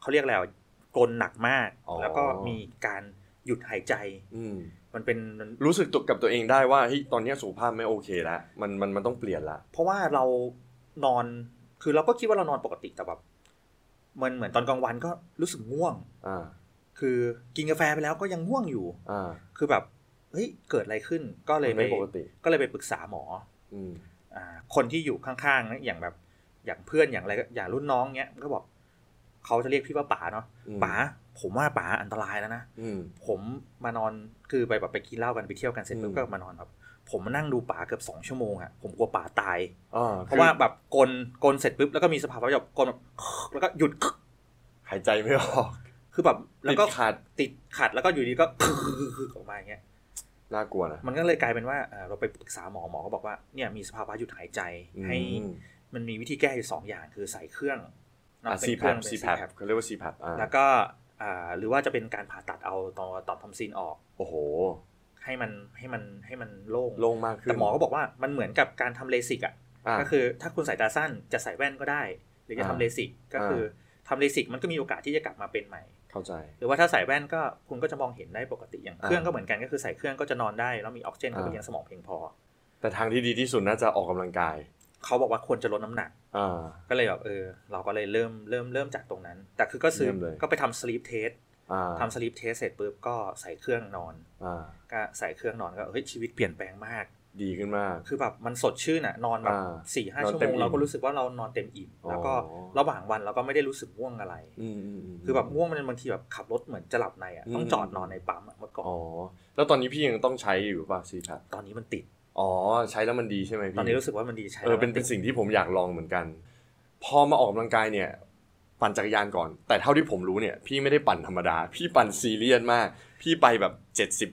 [SPEAKER 3] เขาเรียกแล้วะกลนหนักมาก
[SPEAKER 1] อ๋อ
[SPEAKER 3] แล้วก็มีการหยุดหายใจ
[SPEAKER 1] อืม
[SPEAKER 3] มันเป็นมัน
[SPEAKER 1] รู้สึกตกกับตัวเองได้ว่าเฮ้ยตอนเนี้ยสุขภาพไม่โอเคแล้วมันมันมันต้องเปลี่ยนละ
[SPEAKER 3] เพราะว่าเรานอนคือเราก็คิดว่าเรานอนปกติแต่แบบมันเหมือนตอนกลางวันก็รู้สึกง่วง
[SPEAKER 1] อ่า
[SPEAKER 3] คือกินกาแฟไปแล้วก็ยังง่วงอยู่
[SPEAKER 1] อ่า
[SPEAKER 3] คือแบบเฮ้ยเกิดอะไรขึ้นก็เลยไป
[SPEAKER 1] ไม่ปกติ
[SPEAKER 3] ก็เลยไปปรึกษาหมอ
[SPEAKER 1] อืม
[SPEAKER 3] อ่าคนที่อยู่ข้างๆนะอย่างแบบ อย่างเพื่อนอย่างอะไรอย่างรุ่นน้องเนี้ยก็บอกเขาจะเรียกพี่ว่าป๋าเนาะ
[SPEAKER 1] อืม
[SPEAKER 3] ป๋าผมว่าป๋าอันตรายแล้วนะ
[SPEAKER 1] อืม
[SPEAKER 3] ผมมานอนคือไปแบบไปกินเหล้ากันไปเที่ยวกันเสร็จปุ๊บ
[SPEAKER 1] อืม
[SPEAKER 3] ก็มานอนครับผมมานั่งดูป๋าเกือบสองชั่วโมงอะผมกลัวป๋าตาย
[SPEAKER 1] อ่า
[SPEAKER 3] เพราะว่าแบบกลนกลนเสร็จปุ๊บแล้วก็มีสภาวะแบบกลนแบบ แล้วก็หยุด
[SPEAKER 1] หายใจไม่ออก
[SPEAKER 3] คือแบบแล้วก็
[SPEAKER 1] ติดขาด
[SPEAKER 3] ติดขัดแล้วก็อยู่ดีก็ [LAUGHS] ออกมาอย่างเงี้ย
[SPEAKER 1] น่ากลัวนะ
[SPEAKER 3] มันก็เลยกลายเป็นว่าเอ่อเราไปปรึกษาหมอหมอก็บอกว่าเนี่ยมีสภาวะหยุดหายใจ
[SPEAKER 1] อืม
[SPEAKER 3] ให้มันมีวิธีแก้อยู่สองอย่างคือใส่เครื่อง
[SPEAKER 1] อ่า
[SPEAKER 3] เป็
[SPEAKER 1] ซี
[SPEAKER 3] น
[SPEAKER 1] แพ
[SPEAKER 3] เครื่
[SPEAKER 1] ป
[SPEAKER 3] เป็น
[SPEAKER 1] ซีแพ
[SPEAKER 3] CPAP
[SPEAKER 1] เขาเรียกว่าซีแพอ่า
[SPEAKER 3] แล้วก็อ่าหรือว่าจะเป็นการผ่าตัดเอาตอนตอนทอมซินออก
[SPEAKER 1] โอ้โห
[SPEAKER 3] ให้มันให้มันให้มันโล่ง
[SPEAKER 1] โล่งมากขึ้น
[SPEAKER 3] แต่หมอก็บอกว่ามันเหมือนกับการทำเลสิกอ่ะ
[SPEAKER 1] า
[SPEAKER 3] ก็คือถ้าคุณสายตาสั้นจะใส่แว่นก็ได้ หรือจะ
[SPEAKER 1] อ่า
[SPEAKER 3] ทำเลสิกก็
[SPEAKER 1] อ่า
[SPEAKER 3] คือทำเลสิกมันก็มีโอกาสที่จะกลับมาเป็นใหม่
[SPEAKER 1] เข้าใจ
[SPEAKER 3] หรือว่าถ้าใส่แว่นก็คุณก็จะมองเห็นได้ปกติอย่าง
[SPEAKER 1] อ่า
[SPEAKER 3] เครื่องก็เหมือนกันก็คือใส่เครื่องก็จะนอนได้แล้วมีออกซิเจนเข้าไป
[SPEAKER 1] อ่า
[SPEAKER 3] เลี้ยงสมองเพียงพอ
[SPEAKER 1] แต่ทางที่ดีที่สุดน่าจะออกกำลังกาย
[SPEAKER 3] เขาบอกว่าควรจะลดน้ำหนัก
[SPEAKER 1] อ่า
[SPEAKER 3] ก็เลยแบบเออเราก็เลยเริ่มเริ่มเริ่มจากตรงนั้น แต่คือก็ซื้อ
[SPEAKER 1] เริ่มเลย
[SPEAKER 3] ก็ไปทำสลีปเทส
[SPEAKER 1] อ่า
[SPEAKER 3] ทำสลีปเทสเสร็จปุ๊บก็ใส่เครื่องนอน
[SPEAKER 1] อ่า
[SPEAKER 3] ก็ใส่เครื่องนอนก็เฮ้ยชีวิตเปลี่ยนแปลงมาก
[SPEAKER 1] ดีขึ้นมาก
[SPEAKER 3] คือแบบมันสดชื่นอะนอนแบบ
[SPEAKER 1] อ่า
[SPEAKER 3] สี่ห้าน
[SPEAKER 1] อน
[SPEAKER 3] ชั่ว
[SPEAKER 1] เต็
[SPEAKER 3] โม
[SPEAKER 1] ม
[SPEAKER 3] ง
[SPEAKER 1] อิ่ม
[SPEAKER 3] เราก็รู้สึกว่าเรานอนเต็มอิ่ม
[SPEAKER 1] อ๋อ
[SPEAKER 3] แล้วก็ระหว่างวันเราก็ไม่ได้รู้สึกง่วงอะไร
[SPEAKER 1] อืมอืมม
[SPEAKER 3] คือแบบง่วงมันบางทีแบบขับรถเหมือนจะหลับในอ่ะ
[SPEAKER 1] อืม
[SPEAKER 3] ต้องจอดนอนในปั๊มอะเมื่อก่อน
[SPEAKER 1] อ๋อ แล้วตอนนี้พี่ยังต้องใช้อยู่ป่ะซีแพ
[SPEAKER 3] ตอนนี้มันติด
[SPEAKER 1] อ๋อ ใช้แล้วมันดีใช่ไหมพี่
[SPEAKER 3] ตอนนี้รู้สึกว่ามันดีใช้
[SPEAKER 1] เออเป็นเป็นสิ่งที่ผมอยากลองเหมือนกัน พอมาออกกำลังกายเนี่ย ปั่นจักรยานก่อน แต่เท่าที่ผมรู้เนี่ย พี่ไม่ได้ปั่นธรรมดา พี่ปั่นซีเรียสมาก พี่ไปแบบ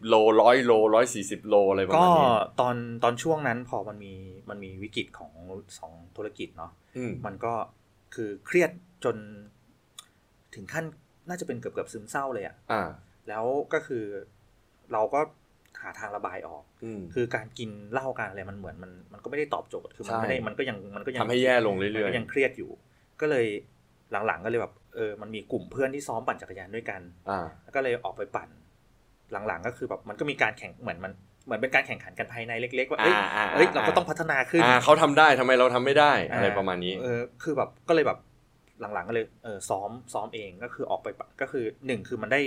[SPEAKER 1] 70 โลร้อยโลร้อยสี่สิบโลอะไรประ
[SPEAKER 3] ก็
[SPEAKER 1] มาณนี้
[SPEAKER 3] ตอนตอนช่วงนั้นพอมันมีมันมีวิกฤตของสองธุรกิจเนาะ
[SPEAKER 1] อืม
[SPEAKER 3] มันก็คือเครียดจน ถึงขั้นน่าจะเป็นเกือบเกือบๆซึมเศร้าเลยอ่ะ
[SPEAKER 1] อ่า
[SPEAKER 3] แล้วก็คือเราก็หาทางระบายออก
[SPEAKER 1] อืม
[SPEAKER 3] คือการกินเหล้าการอะไรมันเหมือนมันมันก็ไม่ได้ตอบโจทย์คือมัน
[SPEAKER 1] ใช่
[SPEAKER 3] ไม่ได้มันก็ยังมันก็ยัง
[SPEAKER 1] ทำให้แย่ลง
[SPEAKER 3] มัน
[SPEAKER 1] เรื่อย
[SPEAKER 3] ก็ยังเครียดอยู่ ก็เลยหลังๆก็เลยแบบเออมันมีกลุ่มเพื่อนที่ซ้อมปั่นจักรยานด้วยกัน
[SPEAKER 1] ๆ อ่า
[SPEAKER 3] แล้วก็เลยออกไปปั่น หลังๆก็คือแบบมันก็มีการแข่งเหมือนมันเหมือนเป็นการแข่งขันกันภายในเล็ก ๆ ว่าเอ้ย
[SPEAKER 1] อ่าอ่า
[SPEAKER 3] เอ้ยเราก็ต้องพัฒนาขึ้น
[SPEAKER 1] อ่าเขาทำได้ทำไมเราทำไม่ได้ อะไรประมาณนี้
[SPEAKER 3] เออคือแบบก็เลยแบบหลังๆก็เลยเออซ้อมซ้อมเองก็คือออกไปปั่นก็คือหนึ่งคือมันได้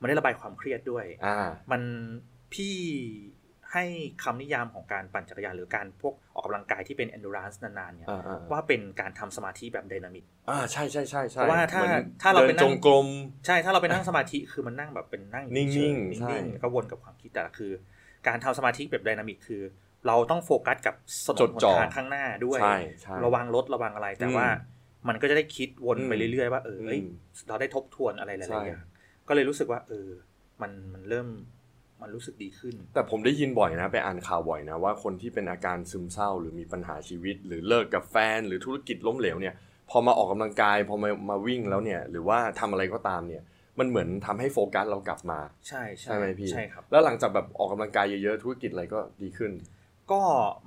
[SPEAKER 3] มันได้ระบายความเครียดด้วย
[SPEAKER 1] อ่า
[SPEAKER 3] มันพี่ให้คำนิยามของการปั่นจักรยานหรือการพวกออกกำลังกายที่เป็น endurance นานๆเนี่ย
[SPEAKER 1] อ่าอ่า
[SPEAKER 3] ว่าเป็นการทำสมาธิแบบไดนามิ
[SPEAKER 1] อ่าใช่ใช่ใช่ใช่
[SPEAKER 3] เพราะว่าถ้า
[SPEAKER 1] หมือน
[SPEAKER 3] ถ้าเรา
[SPEAKER 1] ดิ
[SPEAKER 3] ไปนั่ง
[SPEAKER 1] จงกรม
[SPEAKER 3] ใช่ถ้าเราไปนั่งสมาธิคือมันนั่งแบบเป็นนั่งอยู่
[SPEAKER 1] นิ่งๆ
[SPEAKER 3] เฉย
[SPEAKER 1] ใช่
[SPEAKER 3] นิ่งๆแล้วก็วนกับความคิดแต่ละคือ การทำสมาธิแบบไดนามิกคือ เราต้องโฟกัสกับสนนหนทางข้างหน้าด้วย
[SPEAKER 1] ใช่ใช่
[SPEAKER 3] ระวังรถระวังอะไรแต่
[SPEAKER 1] อืม
[SPEAKER 3] ว่ามันก็จะได้คิดวนไป
[SPEAKER 1] อืม
[SPEAKER 3] เรื่อยๆว่าเออเอ้ย
[SPEAKER 1] อืม
[SPEAKER 3] เราได้ทบทวนอะไรห
[SPEAKER 1] ใช่
[SPEAKER 3] ลายๆอย่างก็เลยรู้สึกว่า เออ มันมันเริ่มมันรู้สึกดีขึ้น
[SPEAKER 1] แต่ผมได้ยินบ่อยนะ ไปอ่านข่าวบ่อยนะ ว่าคนที่เป็นอาการซึมเศร้า หรือมีปัญหาชีวิต หรือเลิกกับแฟน หรือธุรกิจล้มเหลวเนี่ย พอมาออกกำลังกาย พอมามาวิ่งแล้วเนี่ย หรือว่าทำอะไรก็ตามเนี่ย มันเหมือนทำให้โฟกัสเรากลับมา
[SPEAKER 3] ใช่
[SPEAKER 1] ใช่ไหมพี่
[SPEAKER 3] ใช่ครับ
[SPEAKER 1] แล้วหลังจากแบบออกกำลังกายเยอะๆธุรกิจอะไรก็ดีขึ้น
[SPEAKER 3] ก็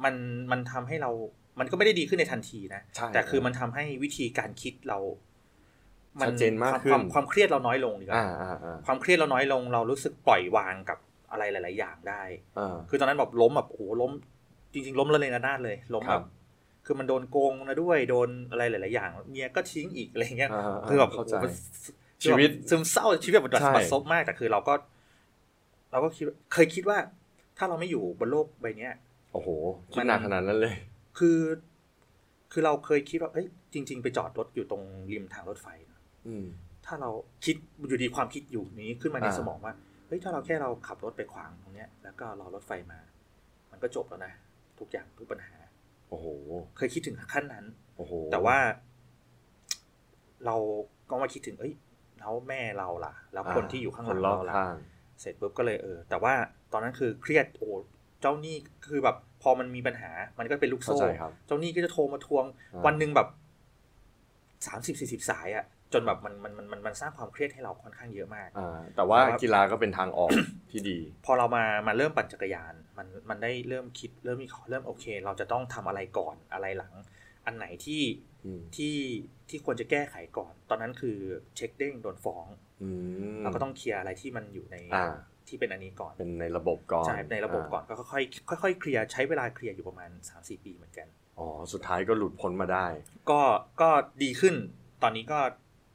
[SPEAKER 3] มันมันทำให้เรา มันก็ไม่ได้ดีขึ้นในทันทีนะ
[SPEAKER 1] ใช่
[SPEAKER 3] แต่คือมันทำให้วิธีการคิดเรา มั
[SPEAKER 1] ชัดเจนมาก
[SPEAKER 3] คว
[SPEAKER 1] ขึ้น
[SPEAKER 3] ความความเครียดเราน้อยลงดีกว่า
[SPEAKER 1] อ่าอ่าอ่า
[SPEAKER 3] ความเครียดเราน้อยลง เรารู้สึกปล่อยวางกับอะไรหลาย ๆ อย่างได้
[SPEAKER 1] อ่า
[SPEAKER 3] คือตอนนั้นแบบล้มแบบโอ้โหล้ม จริง ๆ ล้มระเนระนาดเลย ล้ม
[SPEAKER 1] ค
[SPEAKER 3] แบ
[SPEAKER 1] รั
[SPEAKER 3] บบ คือมันโดนโกงนะด้วยโดนอะไรหลาย ๆ อย่างเมียก็ทิ้งอีกอะไรเงี้ย
[SPEAKER 1] อ่าๆ
[SPEAKER 3] คือแบบ
[SPEAKER 1] เข้าใจ
[SPEAKER 3] โอ้โหมัน
[SPEAKER 1] ชีวิต
[SPEAKER 3] คือแบบซึมเศร้าชีวิตแบบดัด
[SPEAKER 1] ใช่
[SPEAKER 3] บัดซบมากแต่คือเราก็ เราก็คิดว่าเคยคิดว่า ถ้าเราไม่อยู่บนโลกใบเนี้ย
[SPEAKER 1] โอ้โหคิดหนักขนาดนั้นเลย
[SPEAKER 3] คือ คือเราเคยคิดว่าเอ้ยจริง ๆ ไปจอดรถอยู่ตรงริมทางรถไฟนะ
[SPEAKER 1] อืม
[SPEAKER 3] ถ้าเราคิดอยู่ดีความคิดอยู่นี้ขึ้นมาใน
[SPEAKER 1] อ่า
[SPEAKER 3] สมองว่าเฮ้ยถ้าเราแค่เราขับรถไปขวางตรงเนี้ย แล้วก็รอรถไฟมา มันก็จบแล้วนะทุกอย่างทุกปัญหา
[SPEAKER 1] โอ้โห
[SPEAKER 3] เคยคิดถึงขั้นนั้น
[SPEAKER 1] โอ้โห
[SPEAKER 3] แต่ว่า เราก็มาคิดถึง เอ้ยแล้วแม่เราล่ะ แล้วคนที่อยู่ข้างหลัง
[SPEAKER 1] คนรอบ
[SPEAKER 3] เราล่ะ
[SPEAKER 1] ข้าง
[SPEAKER 3] เสร็จปุ๊บก็เลยเออ แต่ว่าตอนนั้นคือเครียดโอ้เจ้าหนี้คือแบบ พอมันมีปัญหา มันก็เป็นลูก
[SPEAKER 1] เข้า
[SPEAKER 3] โซ่
[SPEAKER 1] ใจครับ
[SPEAKER 3] เจ้าหนี้ก็จะโทรมาทวง
[SPEAKER 1] อ่า
[SPEAKER 3] วันหนึ่งแบบสามสิบสี่สิบสายอะจนแบบมันมันมันมันมันสร้างความเครียดให้เราค่อนข้างเยอะมาก
[SPEAKER 1] อ่าแต่ว่า
[SPEAKER 3] แต่ว่ากี
[SPEAKER 1] กีฬาก็เป็นทางออก ที่ดี
[SPEAKER 3] พอเรามามาเริ่มปั่นจักรยาน มันมันได้เริ่มคิดเริ่มมีข้อเริ่มโอเค เราจะต้องทำอะไรก่อนอะไรหลัง อันไหนที่
[SPEAKER 1] อืม
[SPEAKER 3] ที่ที่ควรจะแก้ไขก่อน ตอนนั้นคือเช็คเด้งโดนฟ้อง
[SPEAKER 1] อืม
[SPEAKER 3] เราก็ต้องเคลียร์อะไรที่มันอยู่ใน
[SPEAKER 1] อ่า
[SPEAKER 3] ที่เป็นอันนี้ก่อน
[SPEAKER 1] เป็นในระบบก่อน
[SPEAKER 3] ใช่ในระบบก่อนก็ค่อยๆค่อยๆเคลียร์ใช้เวลาเคลียร์อยู่ประมาณ 3-4 ปีเหมือนกัน
[SPEAKER 1] อ๋อสุดท้ายก็หลุดพ้นมาได้
[SPEAKER 3] ก็ก็ดีขึ้นตอนนี้ก็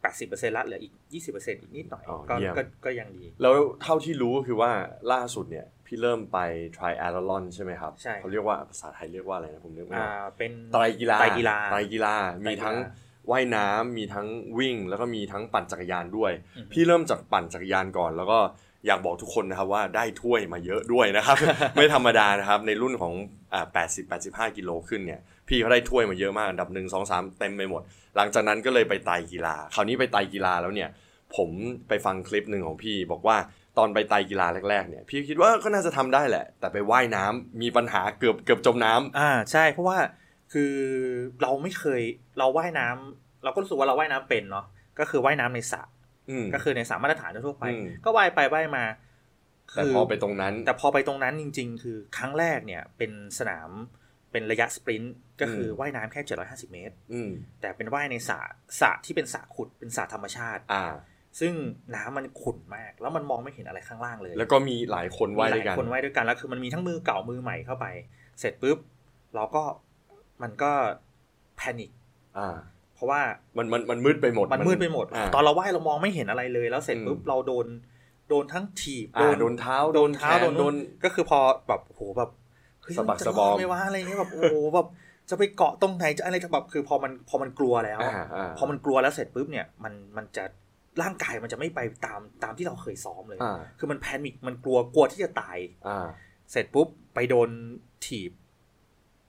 [SPEAKER 3] 80%ละเหลืออีก 20%อีกนิดหน่อย
[SPEAKER 1] อ๋อ
[SPEAKER 3] ก็
[SPEAKER 1] เยี่ยม
[SPEAKER 3] ก็ก็ยังดี
[SPEAKER 1] แล้วเท่าที่รู้ก็คือว่าล่าสุดเนี่ย พี่เริ่มไปทริแอลลอนใช่ไหมครับ
[SPEAKER 3] ใช่
[SPEAKER 1] เขาเรียกว่าภาษาไทยเรียกว่าอะไรนะผมนึกไม่อ
[SPEAKER 3] อ่า
[SPEAKER 1] อก
[SPEAKER 3] เป็น
[SPEAKER 1] ไตรกีฬา
[SPEAKER 3] ไตรกีฬา
[SPEAKER 1] ไตรกีฬามีทั้ง
[SPEAKER 3] ไตรกีฬ
[SPEAKER 1] ว่ายน้ำมีทั้งวิ่ง แล้วก็มีทั้งปั่นจักรยานด้วย
[SPEAKER 3] อือฮึ
[SPEAKER 1] พี่เริ่มจากปั่นจักรยานก่อน แล้วก็อยากบอกทุกคนนะครับว่าได้ถ้วยมาเยอะด้วยนะครับ [LAUGHS] ไม่ธรรมดานะครับในรุ่นของอ่า80 85กิโลขึ้นเนี่ยพี่เขาได้ถ้วยมาเยอะมากอันดับหนึ่งสองสามเต็มไปหมด หลังจากนั้นก็เลยไปไตรกีฬา คราวนี้ไปไตรกีฬาแล้วเนี่ย ผมไปฟังคลิปหนึ่งของพี่ บอกว่าตอนไปไตรกีฬาแรกๆเนี่ยพี่คิดว่าก็น่าจะทำได้แหละ แต่ไปว่ายน้ำมีปัญหาเกือบเกือบจมน้ำ
[SPEAKER 3] อ่าใช่เพราะว่าคือเราไม่เคยเราว่ายน้ำเราก็รู้สึกว่าเราว่ายน้ำเป็นเนาะก็คือว่ายน้ำในสระ
[SPEAKER 1] อืม
[SPEAKER 3] ก็คือในสระมาตรฐานทั่วๆไป
[SPEAKER 1] อืม
[SPEAKER 3] ก็ว่ายไปว่ายมา
[SPEAKER 1] แต่
[SPEAKER 3] คื
[SPEAKER 1] พอไปตรงนั้น
[SPEAKER 3] แต่พอไปตรงนั้นจริง ๆ คือครั้งแรกเนี่ยเป็นสนามเป็นระยะสปรินต์ก็คืออ
[SPEAKER 1] ม
[SPEAKER 3] ว่ายน้ำแค่ 750 เมตร
[SPEAKER 1] อืม
[SPEAKER 3] แต่เป็นว่ายในสระสระที่เป็นสระขุดเป็นสระธรรมชาติ
[SPEAKER 1] อ่า
[SPEAKER 3] ซึ่งน้ำมันขุ่นมาก แล้วมันมองไม่เห็นอะไรข้างล่างเลย
[SPEAKER 1] แล้วก็มีหลายคนว่าย
[SPEAKER 3] หล
[SPEAKER 1] ด้วยกัน
[SPEAKER 3] คนว่ายด้วยกันแล้วคือมันมีทั้งมือเก่ามือใหม่เข้าไป เสร็จปุ๊บเราก็มันก็แพนิค
[SPEAKER 1] อ่า
[SPEAKER 3] เพราะว่า
[SPEAKER 1] มันมันมันมืดไปหมด
[SPEAKER 3] มันมืดไปหมด
[SPEAKER 1] า
[SPEAKER 3] ตอนเราว่ายเรามองไม่เห็นอะไรเลย แล้วเสร็จปุ๊บ
[SPEAKER 1] อืม
[SPEAKER 3] เราโดนโดนทั้งถีบ
[SPEAKER 1] อ่าโดนเท้า
[SPEAKER 3] โดนเท้า
[SPEAKER 1] แข
[SPEAKER 3] โดน
[SPEAKER 1] โดน
[SPEAKER 3] ก็คือพอแบบโหแบบเฮ้ย
[SPEAKER 1] สะบัก
[SPEAKER 3] มันจ
[SPEAKER 1] สะบอม
[SPEAKER 3] รดไหม่ว่าอะไรเงี้ยแบบโอ้โหแบบจะไปเกาะตรงไหนจะอะไรจะแบบคือพอมันพอมันกลัวแล้ว
[SPEAKER 1] อ่าอ่า
[SPEAKER 3] พอมันกลัวแล้วเสร็จปุ๊บเนี่ยมันมันจะร่างกายมันจะไม่ไปตามตามที่เราเคยซ้อมเลย
[SPEAKER 1] อ่า
[SPEAKER 3] คือมันแพนิคมันกลัวกลัวที่จะตาย
[SPEAKER 1] อ่า
[SPEAKER 3] เสร็จปุ๊บไปโดนถีบ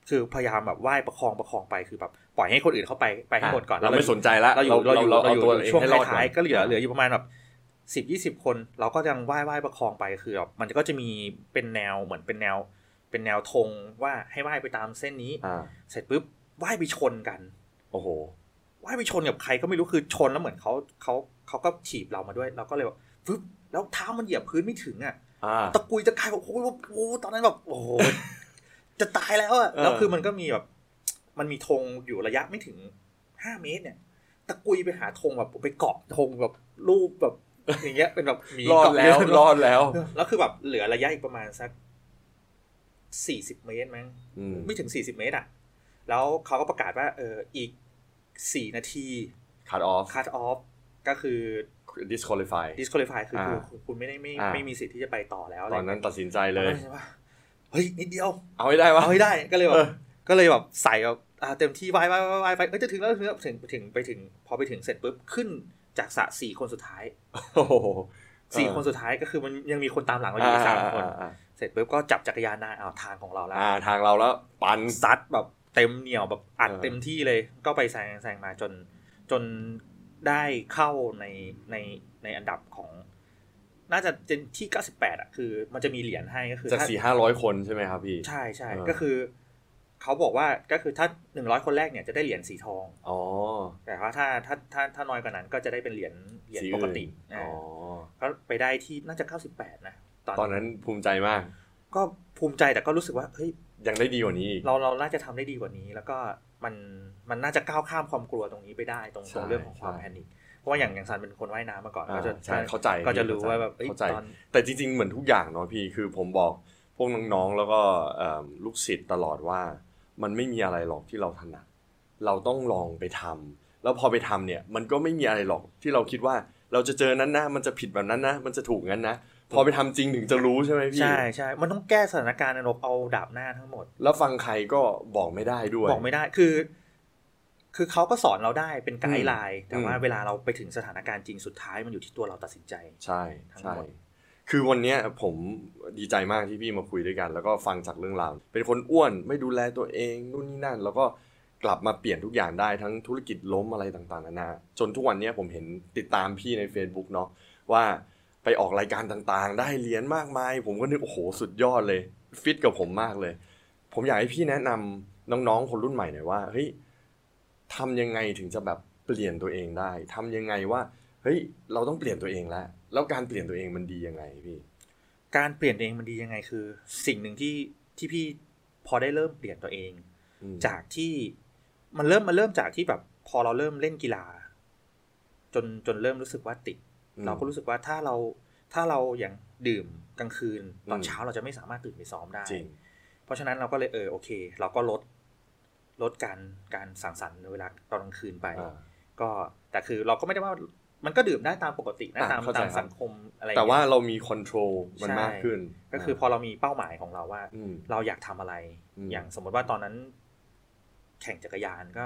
[SPEAKER 3] คือพยายามแบบไหว้ประคองประคองไปคือแบบปล่อยให้คนอื่นเข้าไปไปให้หมดก่อน
[SPEAKER 1] เราไม่สนใจละ
[SPEAKER 3] เราอยู่เราอยู่
[SPEAKER 1] เรา
[SPEAKER 3] เรา
[SPEAKER 1] เอา
[SPEAKER 3] อยู่
[SPEAKER 1] ตัวเอง
[SPEAKER 3] ช่วง
[SPEAKER 1] ให้รอดก่อน
[SPEAKER 3] ท้ายๆก็เหลือเหลืออยู่ประมาณแบบสิบยี่สิบคน เราก็ยังไหว้ไหว้ประคองไปคือแบบมันก็จะมีเป็นแนวเหมือนเป็นแนว เป็นแนวธงว่าให้ไหว้ไปตามเส้นนี้
[SPEAKER 1] อ่า
[SPEAKER 3] เสร็จปุ๊บไหว้ไปชนกัน
[SPEAKER 1] โอ้โห
[SPEAKER 3] ว่ายไปชนกับใครก็ไม่รู้คือชนแล้วเหมือนเขาเขาเขาก็ถีบเรามาด้วย เราก็เลยแบบฟึบแล้วเท้ามันเหยียบพื้นไม่ถึงอ่ะ
[SPEAKER 1] อ่า
[SPEAKER 3] ตะกุยตะกายแบบโอ้โหโอ้โหตอนนั้นแบบโอ้โห จะตายแล้วอ่ะ
[SPEAKER 1] เออ
[SPEAKER 3] แล้วคือมันก็มีแบบ มันมีธงอยู่ระยะไม่ถึงห้าเมตรเนี่ย ตะกุยไปหาธงแบบไปเกาะธงแบบรูปแบบ อย่างเงี้ยเป็นแบบหมี
[SPEAKER 1] รอด
[SPEAKER 3] เกาะ
[SPEAKER 1] แล้ว
[SPEAKER 3] เย
[SPEAKER 1] รอดแล้ว
[SPEAKER 3] แล้วคือแบบเหลือระยะอีกประมาณสักสี่สิบเมตรมั้ง
[SPEAKER 1] อืม
[SPEAKER 3] ไม่ถึงสี่สิบเมตรอ่ะ แล้วเขาก็ประกาศว่า เอออีกสี่นาที
[SPEAKER 1] คัดออฟ
[SPEAKER 3] คัตออฟก็คือ
[SPEAKER 1] disqualify
[SPEAKER 3] disqualify คืออา คือคุณคุณไม่ได้ไม่
[SPEAKER 1] อ่า
[SPEAKER 3] ไม่มีสิทธิ์ที่จะไปต่อแล้วะ
[SPEAKER 1] ต
[SPEAKER 3] ไร
[SPEAKER 1] อนนั้นตัดสินใจ
[SPEAKER 3] ต
[SPEAKER 1] เล
[SPEAKER 3] อน
[SPEAKER 1] ย
[SPEAKER 3] นั้นใช่ปะเฮ้ย นิดเดียว
[SPEAKER 1] เอาให้ได้วะ
[SPEAKER 3] เอาให้ได้ก็เลยแบ
[SPEAKER 1] เอบ อ
[SPEAKER 3] ก็เลยแบบใส่แบบอ่าเต็มที่ไว้ไว้ไว้ไว้ไปเอ้ยจะถึงแล้วจะถึงแล้วถึงถึงไปถึง พอไปถึงเสร็จปุ๊บ ขึ้นจากสระสี่คนสุดท้าย
[SPEAKER 1] โอ้โห
[SPEAKER 3] สี่คนสุดท้ายก็คือมันยังมีคนตามหลังเราอยู่อีกสามคน
[SPEAKER 1] อ่า
[SPEAKER 3] เสร็จปุ๊บก็จับจักรยานนายเอาทางของเราแล้ว
[SPEAKER 1] อ่าทางเราแล้วปัน
[SPEAKER 3] ซัดแบบเต็มเหนียวแบบอัด
[SPEAKER 1] เออ
[SPEAKER 3] เต็มที่เลยก็ไปแซงแซงมาจนจนได้เข้าในในในอันดับของ น่าจะเป็นที่ 98 อ่ะ คือมันจะมีเหรียญให้ก็คือ
[SPEAKER 1] จาก
[SPEAKER 3] ถ้า
[SPEAKER 1] สี่ห้าร้อยคนใช่ไหมครับพี่
[SPEAKER 3] ใช่ใช่
[SPEAKER 1] เออ
[SPEAKER 3] ก็คือเขาบอกว่าก็คือถ้า 100 คนแรกเนี่ยจะได้เหรียญสีทอง
[SPEAKER 1] อ๋อ
[SPEAKER 3] แต่ว่าถ้าถ้าถ้าถ้าน้อยกว่านั้นก็จะได้เป็นเหรียญเหรียญ
[SPEAKER 1] สี
[SPEAKER 3] ป
[SPEAKER 1] อื่น
[SPEAKER 3] กติ
[SPEAKER 1] อ๋อ
[SPEAKER 3] ก็ไปได้ที่น่าจะ 98 นะตอน
[SPEAKER 1] ตอนนั้นภูมิใจมาก
[SPEAKER 3] ก็ภูมิใจแต่ก็รู้สึกว่าเฮ้ย
[SPEAKER 1] ยังได้ดีกว่านี้อีก
[SPEAKER 3] เราเราน่าจะทำได้ดีกว่านี้ แล้วก็มันมันน่าจะก้าวข้ามความกลัวตรงนี้ไปได้ตรง
[SPEAKER 1] ใช่
[SPEAKER 3] เรื่องของความ
[SPEAKER 1] ใช่
[SPEAKER 3] แพนิคเพราะว่าอย่างอย่างซันเป็นคนว่ายน้ำมาก่อน
[SPEAKER 1] อ่า
[SPEAKER 3] ก็จะ
[SPEAKER 1] ใช่เข้าใจ
[SPEAKER 3] ก็จะรู้ว่าแบบเอ้ย
[SPEAKER 1] เข้าใจ
[SPEAKER 3] ตอน
[SPEAKER 1] แต่จริงๆ เหมือนทุกอย่างเนาะพี่คือผมบอกพวกน้องๆ แล้วก็เอิ่มลูกศิษย์ตลอดว่า มันไม่มีอะไรหรอกที่เราถนัด เราต้องลองไปทำแล้วพอไปทำเนี่ยมันก็ไม่มีอะไรหรอกที่เราคิดว่าเราจะเจอนั้นนะมันจะผิดแบบนั้นนะ มันจะถูกงั้นนะ พอไปทำจริงถึงจะรู้ใช่ไหมพี่
[SPEAKER 3] ใช่ใช่ มันต้องแก้สถานการณ์อนบเอาดาบหน้าทั้งหมด
[SPEAKER 1] แล้วฟังใครก็บอกไม่ได้ด้วย
[SPEAKER 3] บอกไม่ได้คือ คือเขาก็สอนเราได้เป็นไกด์ไลน์ แต่
[SPEAKER 1] อืม
[SPEAKER 3] ว่าเวลาเราไปถึงสถานการณ์จริงสุดท้ายมันอยู่ที่ตัวเราตัดสินใจ
[SPEAKER 1] ใช่
[SPEAKER 3] ทั้
[SPEAKER 1] ใช่
[SPEAKER 3] งหมด
[SPEAKER 1] คือวันเนี้ยผมดีใจมากที่พี่มาคุยด้วยกัน แล้วก็ฟังจากเรื่องราว เป็นคนอ้วนไม่ดูแลตัวเองนู่นนี่นั่น แล้วก็กลับมาเปลี่ยนทุกอย่างได้ทั้งธุรกิจล้มอะไรต่างๆนานาจนทุกวันเนี้ยผมเห็นติดตามพี่ใน Facebook เนาะว่าไปออกรายการต่างๆ ได้เหรียญมากมาย ผมก็นึกโอ้โหสุดยอดเลยฟิตกับผมมากเลย ผมอยากให้พี่แนะนำน้องๆคนรุ่นใหม่หน่อยว่าเฮ้ยทำยังไงถึงจะแบบเปลี่ยนตัวเองได้ทำยังไงว่า เฮ้ย เราต้องเปลี่ยนตัวเองแล้ว แล้วการเปลี่ยนตัวเองมันดียังไงพี่
[SPEAKER 3] การเปลี่ยนตัวเองมันดียังไงคือ สิ่งหนึ่งที่ที่พี่พอได้เริ่มเปลี่ยนตัวเอง
[SPEAKER 1] อืม
[SPEAKER 3] จากที่มันเริ่มมันเริ่มจากที่แบบพอเราเริ่มเล่นกีฬา จนจนเริ่มรู้สึกว่าติด
[SPEAKER 1] อืม
[SPEAKER 3] เราก็รู้สึกว่าถ้าเราถ้าเราอย่างดื่มกลางคืน ตอน
[SPEAKER 1] อืม
[SPEAKER 3] เช้าเราจะไม่สามารถตื่นไปซ้อมได้
[SPEAKER 1] จริง
[SPEAKER 3] เพราะฉะนั้นเราก็เลยเออโอเค เราก็ลดลดการการสังสรรค์ในเวลาตอนกลางคืนไป
[SPEAKER 1] อ่า
[SPEAKER 3] ก็แต่คือเราก็ไม่ได้ว่ามันก็ดื่มได้ตามปกตินะ
[SPEAKER 1] อ่ะ
[SPEAKER 3] ตาม
[SPEAKER 1] เข้าใจ
[SPEAKER 3] ตา
[SPEAKER 1] ค
[SPEAKER 3] ม
[SPEAKER 1] รับ
[SPEAKER 3] สังคมอะไรอย่ง
[SPEAKER 1] แต่
[SPEAKER 3] เงี้ย
[SPEAKER 1] ว่าเรามีคอนโทรลมัน
[SPEAKER 3] ใช่
[SPEAKER 1] มากขึ้น
[SPEAKER 3] ก็คือพอเรามีเป้าหมายของเราว่า
[SPEAKER 1] ม
[SPEAKER 3] เราอยากทำอะไร
[SPEAKER 1] อืม
[SPEAKER 3] อย่างสมมติว่าตอนนั้น แข่งจักรยานก็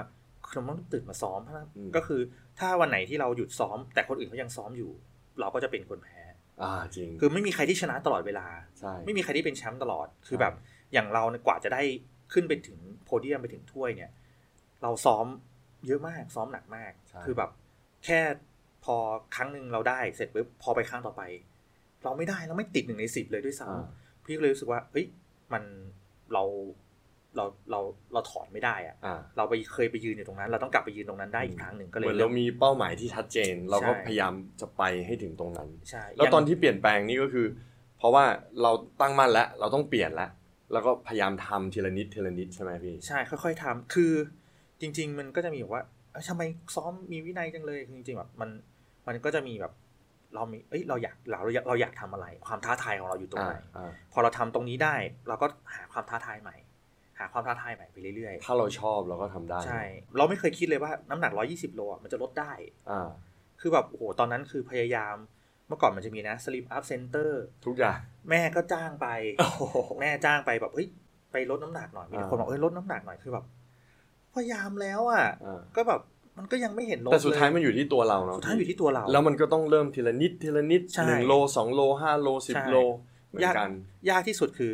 [SPEAKER 3] คือมันต้องตื่นมาซ้อมเพราะฉะนั้น
[SPEAKER 1] อืม
[SPEAKER 3] ก็คือถ้าวันไหนที่เราหยุดซ้อม แต่คนอื่นเขายังซ้อมอยู่ เราก็จะเป็นคนแพ้
[SPEAKER 1] อ่าจริง
[SPEAKER 3] คือไม่มีใครที่ชนะตลอดเวลา
[SPEAKER 1] ใช่
[SPEAKER 3] ไม่มีใครที่เป็นแชมป์ตลอด คือแบบอย่างเราเนี่ยกว่าจะได้ขึ้นไปถึงโพเดียมไปถึงถ้วยเนี่ย เราซ้อมเยอะมาก ซ้อมหนักมาก คือแบบแค่พอครั้งหนึ่งเราได้เสร็จปุ๊บพอไปครั้งต่อไป เราไม่ได้เราไม่ติดหนึ่งในสิบเลยด้วยซ้
[SPEAKER 1] อ่า
[SPEAKER 3] ำพี่ก็เลยรู้สึกว่า เอ้ยมันเราเราเราเราถอนไม่ได้อะ
[SPEAKER 1] อ่า
[SPEAKER 3] เราไปเคยไปยืนอยู่ตรงนั้น เราต้องกลับไปยืนตรงนั้นได้อีกครั้งหนึ่งก็เลย
[SPEAKER 1] เหมือน
[SPEAKER 3] เริ่
[SPEAKER 1] เรา
[SPEAKER 3] ม
[SPEAKER 1] มีเป้าหมายที่ชัดเจน เราก็
[SPEAKER 3] ใช่
[SPEAKER 1] พยายามจะไปให้ถึงตรงนั้น
[SPEAKER 3] ใช่
[SPEAKER 1] แล้ว
[SPEAKER 3] ย่าง
[SPEAKER 1] ตอนที่เปลี่ยนแปลงนี่ก็คือ เพราะว่าเราตั้งมั่นแล้วเราต้องเปลี่ยนแล้วแล้วก็พยายามทำทีละนิดทีละนิดใช่ไหมพี่
[SPEAKER 3] ใช่ค่อย ๆทำคือจริง ๆ มันก็จะมีแบบว่าเอ้ยทำไมซ้อมมีวินัยจังเลยคือจริงๆแบบมันมันก็จะมีแบบ เรามีเอ้ยเราอยากเราเราอยากเราอยากทำอะไร ความท้าทายของเราอยู่ตรง
[SPEAKER 1] อ่า
[SPEAKER 3] ไหน
[SPEAKER 1] อ่า
[SPEAKER 3] พอเราทำตรงนี้ได้เราก็หาความท้าทายใหม่ หาความท้าทายใหม่ไปเรื่อย
[SPEAKER 1] ถ้าเราชอบเราก็ทำได้
[SPEAKER 3] ๆ ใช่ เราไม่เคยคิดเลยว่าน้ำหนัก 120 โลอ่ะมันจะลดได้
[SPEAKER 1] อ่า
[SPEAKER 3] คือแบบโอ้โหตอนนั้นคือพยายาม เมื่อก่อนมันจะมีนะ Slim Up Center
[SPEAKER 1] ทุกอย่าง
[SPEAKER 3] แม่ก็จ้างไป แม่จ้างไปแบบเฮ้ยไปลดน้ำหนักหน่อยมีแต่คน
[SPEAKER 1] อ่า
[SPEAKER 3] บอกเอ้ยลดน้ำหนักหน่อยคือแบบพยายามแล้วอ่ะ
[SPEAKER 1] อ่า
[SPEAKER 3] ก็แบบมันก็ยังไม่เห็นลด
[SPEAKER 1] แต่สุดท้าย
[SPEAKER 3] เล
[SPEAKER 1] มันอยู่ที่ตัวเราเนาะ
[SPEAKER 3] สุดท้ายอยู่ที่ตัวเรา
[SPEAKER 1] แล้วมันก็ต้องเริ่มทีละนิดทีละนิด
[SPEAKER 3] ใช่
[SPEAKER 1] หนึ่งโลสองโลห้าโลสิบ
[SPEAKER 3] ใช่
[SPEAKER 1] โลเหมือน
[SPEAKER 3] ยาก
[SPEAKER 1] กัน
[SPEAKER 3] ยากที่สุดคือ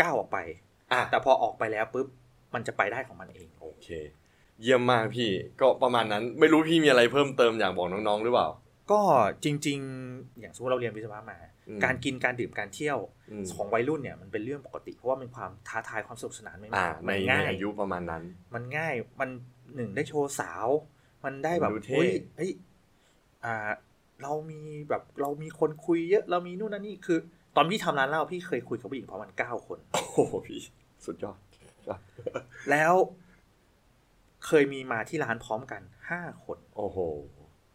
[SPEAKER 3] ก้าวออกไป
[SPEAKER 1] อ่ะ
[SPEAKER 3] แต่พอออกไปแล้วปุ๊บมันจะไปได้ของมันเอง
[SPEAKER 1] โอเค เยี่ยมมากพี่ก็ประมาณนั้นไม่รู้พี่มีอะไรเพิ่มเติมอยากบอกน้องๆหรือเปล่า
[SPEAKER 3] ก็จริง ๆ อย่างสมมติเราเรียนวิศวะมา
[SPEAKER 1] อืม
[SPEAKER 3] การกินการดื่มการเที่ยว
[SPEAKER 1] อืม
[SPEAKER 3] ของวัยรุ่นเนี่ยมันเป็นเรื่องปกติ เพราะว่ามันความท้าทายความสนุกสนานไม่
[SPEAKER 1] อ่าม
[SPEAKER 3] าก
[SPEAKER 1] ใน
[SPEAKER 3] มัน
[SPEAKER 1] ใน
[SPEAKER 3] ง่าย
[SPEAKER 1] อายุประมาณนั้น
[SPEAKER 3] มันง่ายมันหนึ่งได้โชว์สาว มันได้แบบ
[SPEAKER 1] ดูเท่
[SPEAKER 3] เฮ้ยเฮ้ยอ่า เรามีแบบเรามีคนคุยเยอะเรามีนู่นนั่นนี่คือ ตอนพี่ทำร้านเหล้าพี่เคยคุยกับผู้หญิงพร้อมกันเก้าคน
[SPEAKER 1] โอ้โหพี่สุดยอด
[SPEAKER 3] แล้วเคยมีมาที่ร้านพร้อมกันห้าคน
[SPEAKER 1] โอ้โห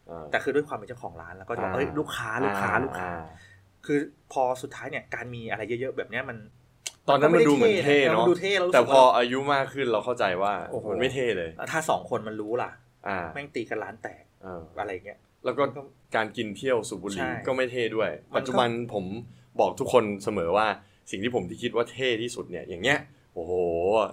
[SPEAKER 1] อ่า
[SPEAKER 3] แต่คือด้วยความเป็นเจ้าของร้านแล้วก็จะบอก
[SPEAKER 1] อ่า
[SPEAKER 3] เอ้ยลูกค้าลูกค้าลูกค้า
[SPEAKER 1] อ่
[SPEAKER 3] คือพอสุดท้ายเนี่ยการมีอะไรเยอะๆแบบเนี้ยมัน
[SPEAKER 1] ตอนนั้นมันดูเหมือนเท่
[SPEAKER 3] มั
[SPEAKER 1] เนาะ
[SPEAKER 3] ดูเท่เรารู้
[SPEAKER 1] แต่
[SPEAKER 3] สึก
[SPEAKER 1] พ
[SPEAKER 3] ว่า
[SPEAKER 1] ออายุมากขึ้นเราเข้าใจว่า
[SPEAKER 3] โอ้โห
[SPEAKER 1] มันไม่เท่เลย
[SPEAKER 3] ถ้าสองคนมันรู้ล่ะ
[SPEAKER 1] อ่า
[SPEAKER 3] แม่งตีกันร้านแตก
[SPEAKER 1] อ่า
[SPEAKER 3] อะไรเงี้ย
[SPEAKER 1] แล้วก็การกินเที่ยวสูบบุหรี่
[SPEAKER 3] ใช่
[SPEAKER 1] ก็ไม่เท่ด้วย
[SPEAKER 3] มันก็
[SPEAKER 1] ปัจจุบันผมบอกทุกคนเสมอว่าสิ่งที่ผมที่คิดว่าเท่ที่สุดเนี่ย อย่างเงี้ย โอ้โห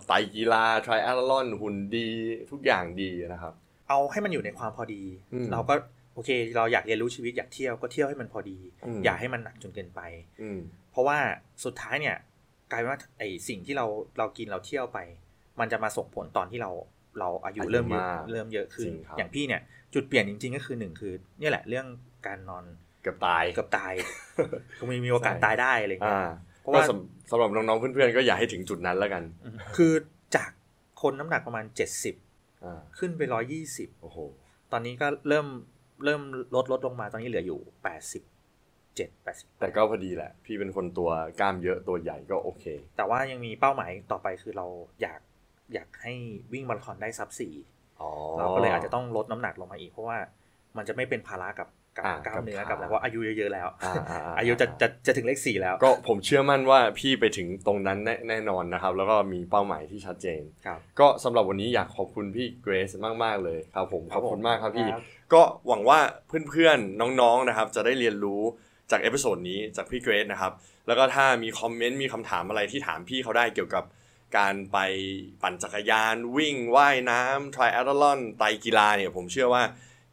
[SPEAKER 1] ไตรกีฬาทริอัลลอนหุ่นดีทุกอย่างดีนะครับ
[SPEAKER 3] เอาให้มันอยู่ในความพอดี
[SPEAKER 1] อืม
[SPEAKER 3] เราก็โอเค เราอยากเรียนรู้ชีวิตอยากเที่ยวก็เที่ยวให้มันพอดี
[SPEAKER 1] อืม
[SPEAKER 3] อย่าให้มันหนักจนเกินไป
[SPEAKER 1] อืม
[SPEAKER 3] เพราะว่าสุดท้ายเนี่ยกลายเป็นว่าไอสิ่งที่เราเรากินเราเที่ยวไป มันจะมาส่งผลตอนที่เราเราอายุ
[SPEAKER 1] อายุ
[SPEAKER 3] เริ่มเยอะ
[SPEAKER 1] มาก
[SPEAKER 3] เริ่มเยอะขึ้
[SPEAKER 1] จ
[SPEAKER 3] น
[SPEAKER 1] ริงครับ
[SPEAKER 3] อย่างพี่เนี่ยจุดเปลี่ยนจริง ๆ ก็คือหนึ่งคือเนี่ยแหละเรื่องการนอน
[SPEAKER 1] เกือบตาย
[SPEAKER 3] เกือบตาย [LAUGHS] คือมีมีโอกาสตายได้อะไรเงี้
[SPEAKER 1] อ่าย
[SPEAKER 3] เพราะ
[SPEAKER 1] ก็
[SPEAKER 3] ว่า
[SPEAKER 1] สำสำหรับน้องๆเพื่อนๆก็อย่าให้ถึงจุดนั้นแล้วกัน
[SPEAKER 3] อืมคือจากคนน้ำหนักประมาณ 70
[SPEAKER 1] อ่า
[SPEAKER 3] ขึ้นไป 120
[SPEAKER 1] โอ้โห
[SPEAKER 3] ตอนนี้ก็เริ่มเริ่มลดลดลงมาตอนนี้เหลืออยู่ 87 80
[SPEAKER 1] แต่ก็พอดีแหละ พี่เป็นคนตัวกล้ามเยอะตัวใหญ่ก็โอเค
[SPEAKER 3] แต่ว่ายังมีเป้าหมายต่อไปคือเราอยากอยากให้วิ่งมาราธอนได้ซับสี่
[SPEAKER 1] อ๋อ
[SPEAKER 3] เราก็เลยอาจจะต้องลดน้ำหนักลงมาอีก เพราะว่ามันจะไม่เป็นภาระกับ กับ
[SPEAKER 1] อ่ากั
[SPEAKER 3] ก
[SPEAKER 1] บ
[SPEAKER 3] ล้ามเนื้อ
[SPEAKER 1] ขากั
[SPEAKER 3] กับอะไรเพราะอายุเยอะๆแล้ว
[SPEAKER 1] อ่าอ่าอ่า
[SPEAKER 3] อายุจะจะจะถึงเลขสี่แล้ว
[SPEAKER 1] ก็ผมเชื่อมั่นว่าพี่ไปถึงตรงนั้นแน่แน่นอนนะครับ แล้วก็มีเป้าหมายที่ชัดเจน
[SPEAKER 3] ครับ
[SPEAKER 1] ก็สำหรับวันนี้อยากขอบคุณพี่เกรซมากๆเลยครับผมขอบคุณมากครับพี่
[SPEAKER 3] ครับ
[SPEAKER 1] ก็หวังว่าเพื่อนๆ น้องๆนะครับ จะได้เรียนรู้จากเอพิโซดนี้จากพี่เกรซนะครับ แล้วก็ถ้ามีคอมเมนต์มีคำถามอะไรที่ถามพี่เขาได้เกี่ยวกับการไปปั่นจักรยานวิ่งว่ายน้ำทริแอ l ลอนไตรกีฬาเนี่ยผมเชื่อว่า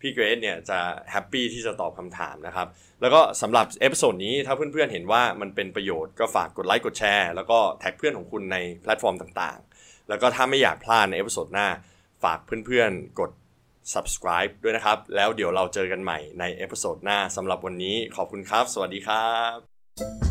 [SPEAKER 1] พี่เกรซเนี่ยจะแฮปปี้ที่จะตอบคำถามนะครับ แล้วก็สำหรับเอพิโซดนี้ถ้าเพื่อนๆเห็นว่ามันเป็นประโยชน์ก็ฝากกดไลค์กดแชร์แล้วก็แท็กเพื่อนของคุณในแพลตฟอร์มต่างๆ แล้วก็ถ้าไม่อยากพลาดในเอพิโซดหน้า ฝากเพื่อนๆ กด subscribe ด้วยนะครับ แล้วเดี๋ยวเราเจอกันใหม่ในเอพิโซดหน้าสำหรับวันนี้ขอบคุณครับ สวัสดีครับ